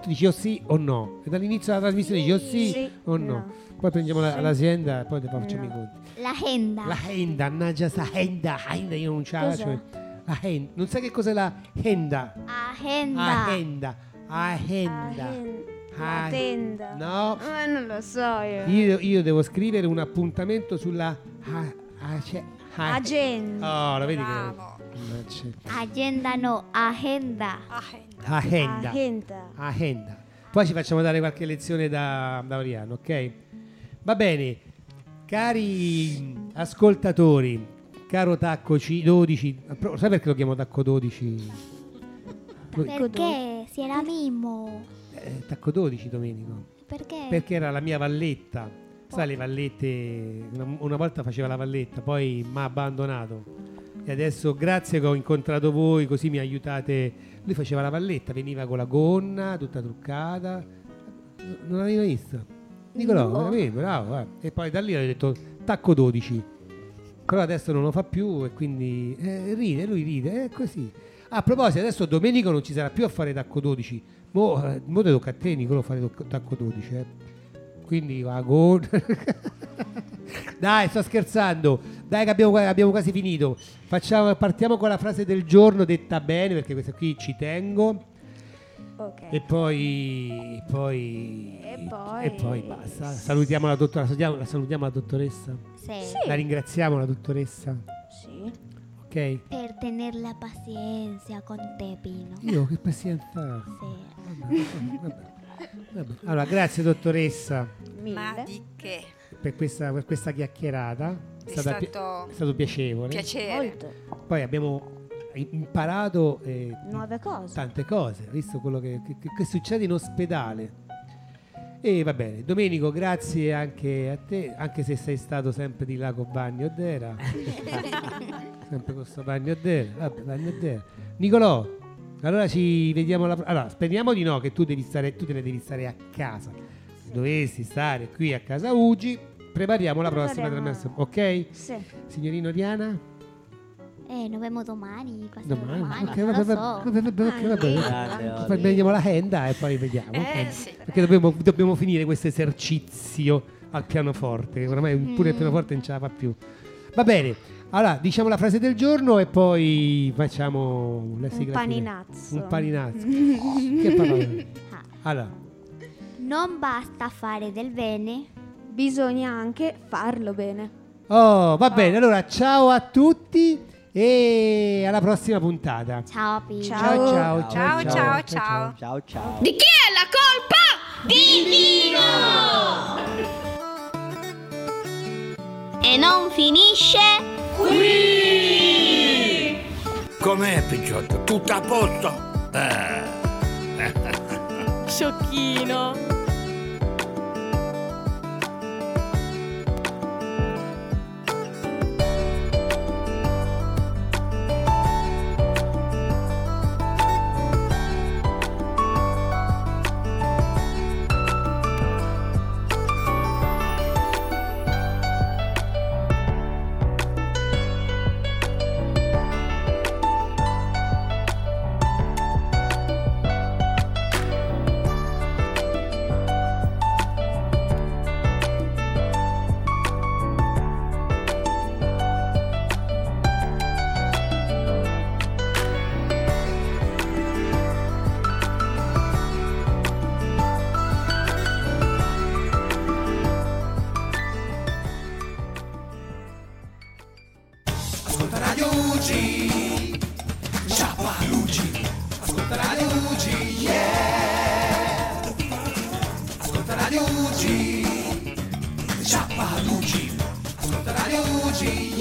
Speaker 1: Tu dici o sì o no. E dall'inizio della trasmissione dici o sì,
Speaker 2: Sì.
Speaker 1: o no.
Speaker 2: No.
Speaker 1: Poi prendiamo la-
Speaker 2: Sì.
Speaker 1: l'azienda e poi ne facciamo i
Speaker 2: No.
Speaker 1: conti.
Speaker 2: La agenda.
Speaker 1: La agenda, annaggia sta agenda, agenda, io non ce la
Speaker 2: Cos'è?
Speaker 1: faccio. La agenda. Non sai che cos'è la agenda?
Speaker 2: Agenda.
Speaker 1: Agenda. Agenda. Ah,
Speaker 6: Attenda.
Speaker 1: No.
Speaker 6: Ma non lo so io.
Speaker 1: Io, io devo scrivere un appuntamento sulla a- ace- a-
Speaker 2: Agenda.
Speaker 1: Oh, lo vedi
Speaker 2: Bravo.
Speaker 1: che... Mannaggia.
Speaker 2: Agenda no, agenda.
Speaker 5: Ah,
Speaker 1: Agenda.
Speaker 6: Agenda.
Speaker 1: Agenda. Poi ci facciamo dare qualche lezione da, da Oriano, ok? Va bene, cari ascoltatori, caro Tacco C- 12, pro- sai perché lo chiamo Tacco 12? Lo-
Speaker 2: Perché? Si era Mimo.
Speaker 1: eh, Tacco 12 Domenico,
Speaker 2: Perché?
Speaker 1: perché era la mia valletta. Sai le vallette, una, una volta faceva la valletta, poi mi ha abbandonato. E adesso grazie che ho incontrato voi, così mi aiutate. Lui faceva la valletta, veniva con la gonna, tutta truccata. Non l'aveva vista. Nicolò,
Speaker 13: No.
Speaker 1: veramente, bravo. eh. E poi da lì ho detto tacco 12. Però adesso non lo fa più e quindi eh, ride, lui ride, è così. A proposito, adesso Domenico non ci sarà più a fare tacco 12. Mo, eh, mo te tocca a te, Nicolò, fare toc- tacco 12. eh. Quindi va con... Dai, sto scherzando. Dai, che abbiamo, abbiamo quasi finito. Facciamo- partiamo con la frase del giorno detta bene, perché questa qui ci tengo.
Speaker 6: Ok.
Speaker 1: E poi, e poi,
Speaker 6: E poi-
Speaker 1: e poi basta. Salutiamo la dottoressa. Salutiamo, la salutiamo la dottoressa.
Speaker 2: Sì.
Speaker 1: La ringraziamo la dottoressa.
Speaker 6: Sì.
Speaker 1: Ok.
Speaker 2: Per tener la paciencia con te, Pino.
Speaker 1: Io che pazienza.
Speaker 2: Sì.
Speaker 1: Vabbè. Allora, grazie dottoressa
Speaker 5: Ma di che?
Speaker 1: per questa, per questa chiacchierata.
Speaker 5: È
Speaker 1: stata pi-
Speaker 5: stato
Speaker 1: è stato piacevole.
Speaker 5: Piacere.
Speaker 1: Poi abbiamo imparato eh,
Speaker 6: Nuove cose.
Speaker 1: tante cose, visto quello che, che- che succede in ospedale. E va bene, Domenico, grazie anche a te, anche se sei stato sempre di là con Bagno Dera. sempre con sto Bagno Dera. Vabbè, Bagno Dera. Nicolò, allora ci vediamo alla pro- Allora, speriamo di no, che tu, devi stare, tu te ne devi stare a casa. Se dovessi stare qui a casa Ugi, prepariamo la prossima
Speaker 2: Prepariamo.
Speaker 1: trasmissione, ok?
Speaker 2: Sì.
Speaker 1: Signorino Diana?
Speaker 2: Eh, nos vemos domani. pasado
Speaker 1: Domani.
Speaker 2: domani,
Speaker 1: Ok,
Speaker 2: non
Speaker 1: vabbè,
Speaker 2: lo
Speaker 1: vabbè,
Speaker 2: so.
Speaker 1: vabbè, vabbè, vabbè.
Speaker 2: Anche.
Speaker 1: Poi prendiamo la agenda e poi vediamo.
Speaker 2: Eh,
Speaker 1: ok?
Speaker 2: sì.
Speaker 1: Perché dobbiamo, dobbiamo finire questo esercizio al pianoforte. che Oramai pure il
Speaker 2: Mm.
Speaker 1: pianoforte non ce la fa più. Va bene. Allora, diciamo la frase del giorno e poi facciamo la sigla. finale.
Speaker 6: paninazzo.
Speaker 1: Un paninazzo. che parole.
Speaker 2: Ah.
Speaker 1: Allora,
Speaker 2: Non basta fare del bene.
Speaker 6: Bisogna anche farlo bene.
Speaker 1: oh, va bene. Allora, ciao a tutti e alla prossima puntata.
Speaker 2: Ciao, Pino.
Speaker 1: Ciao, ciao, ciao, Ciao, ciao, ciao, ciao.
Speaker 10: Ciao ciao.
Speaker 12: Di chi è la colpa? Di Pino! E non finisce qui!
Speaker 14: Com'è, picciotto? Tutto a posto? Eh.
Speaker 12: Sciocchino!
Speaker 4: Ascolta Radio UG, Sciapa UG, ascolta Radio UG, yeah. Ascolta Radio UG, Sciapa UG, ascolta Radio UG,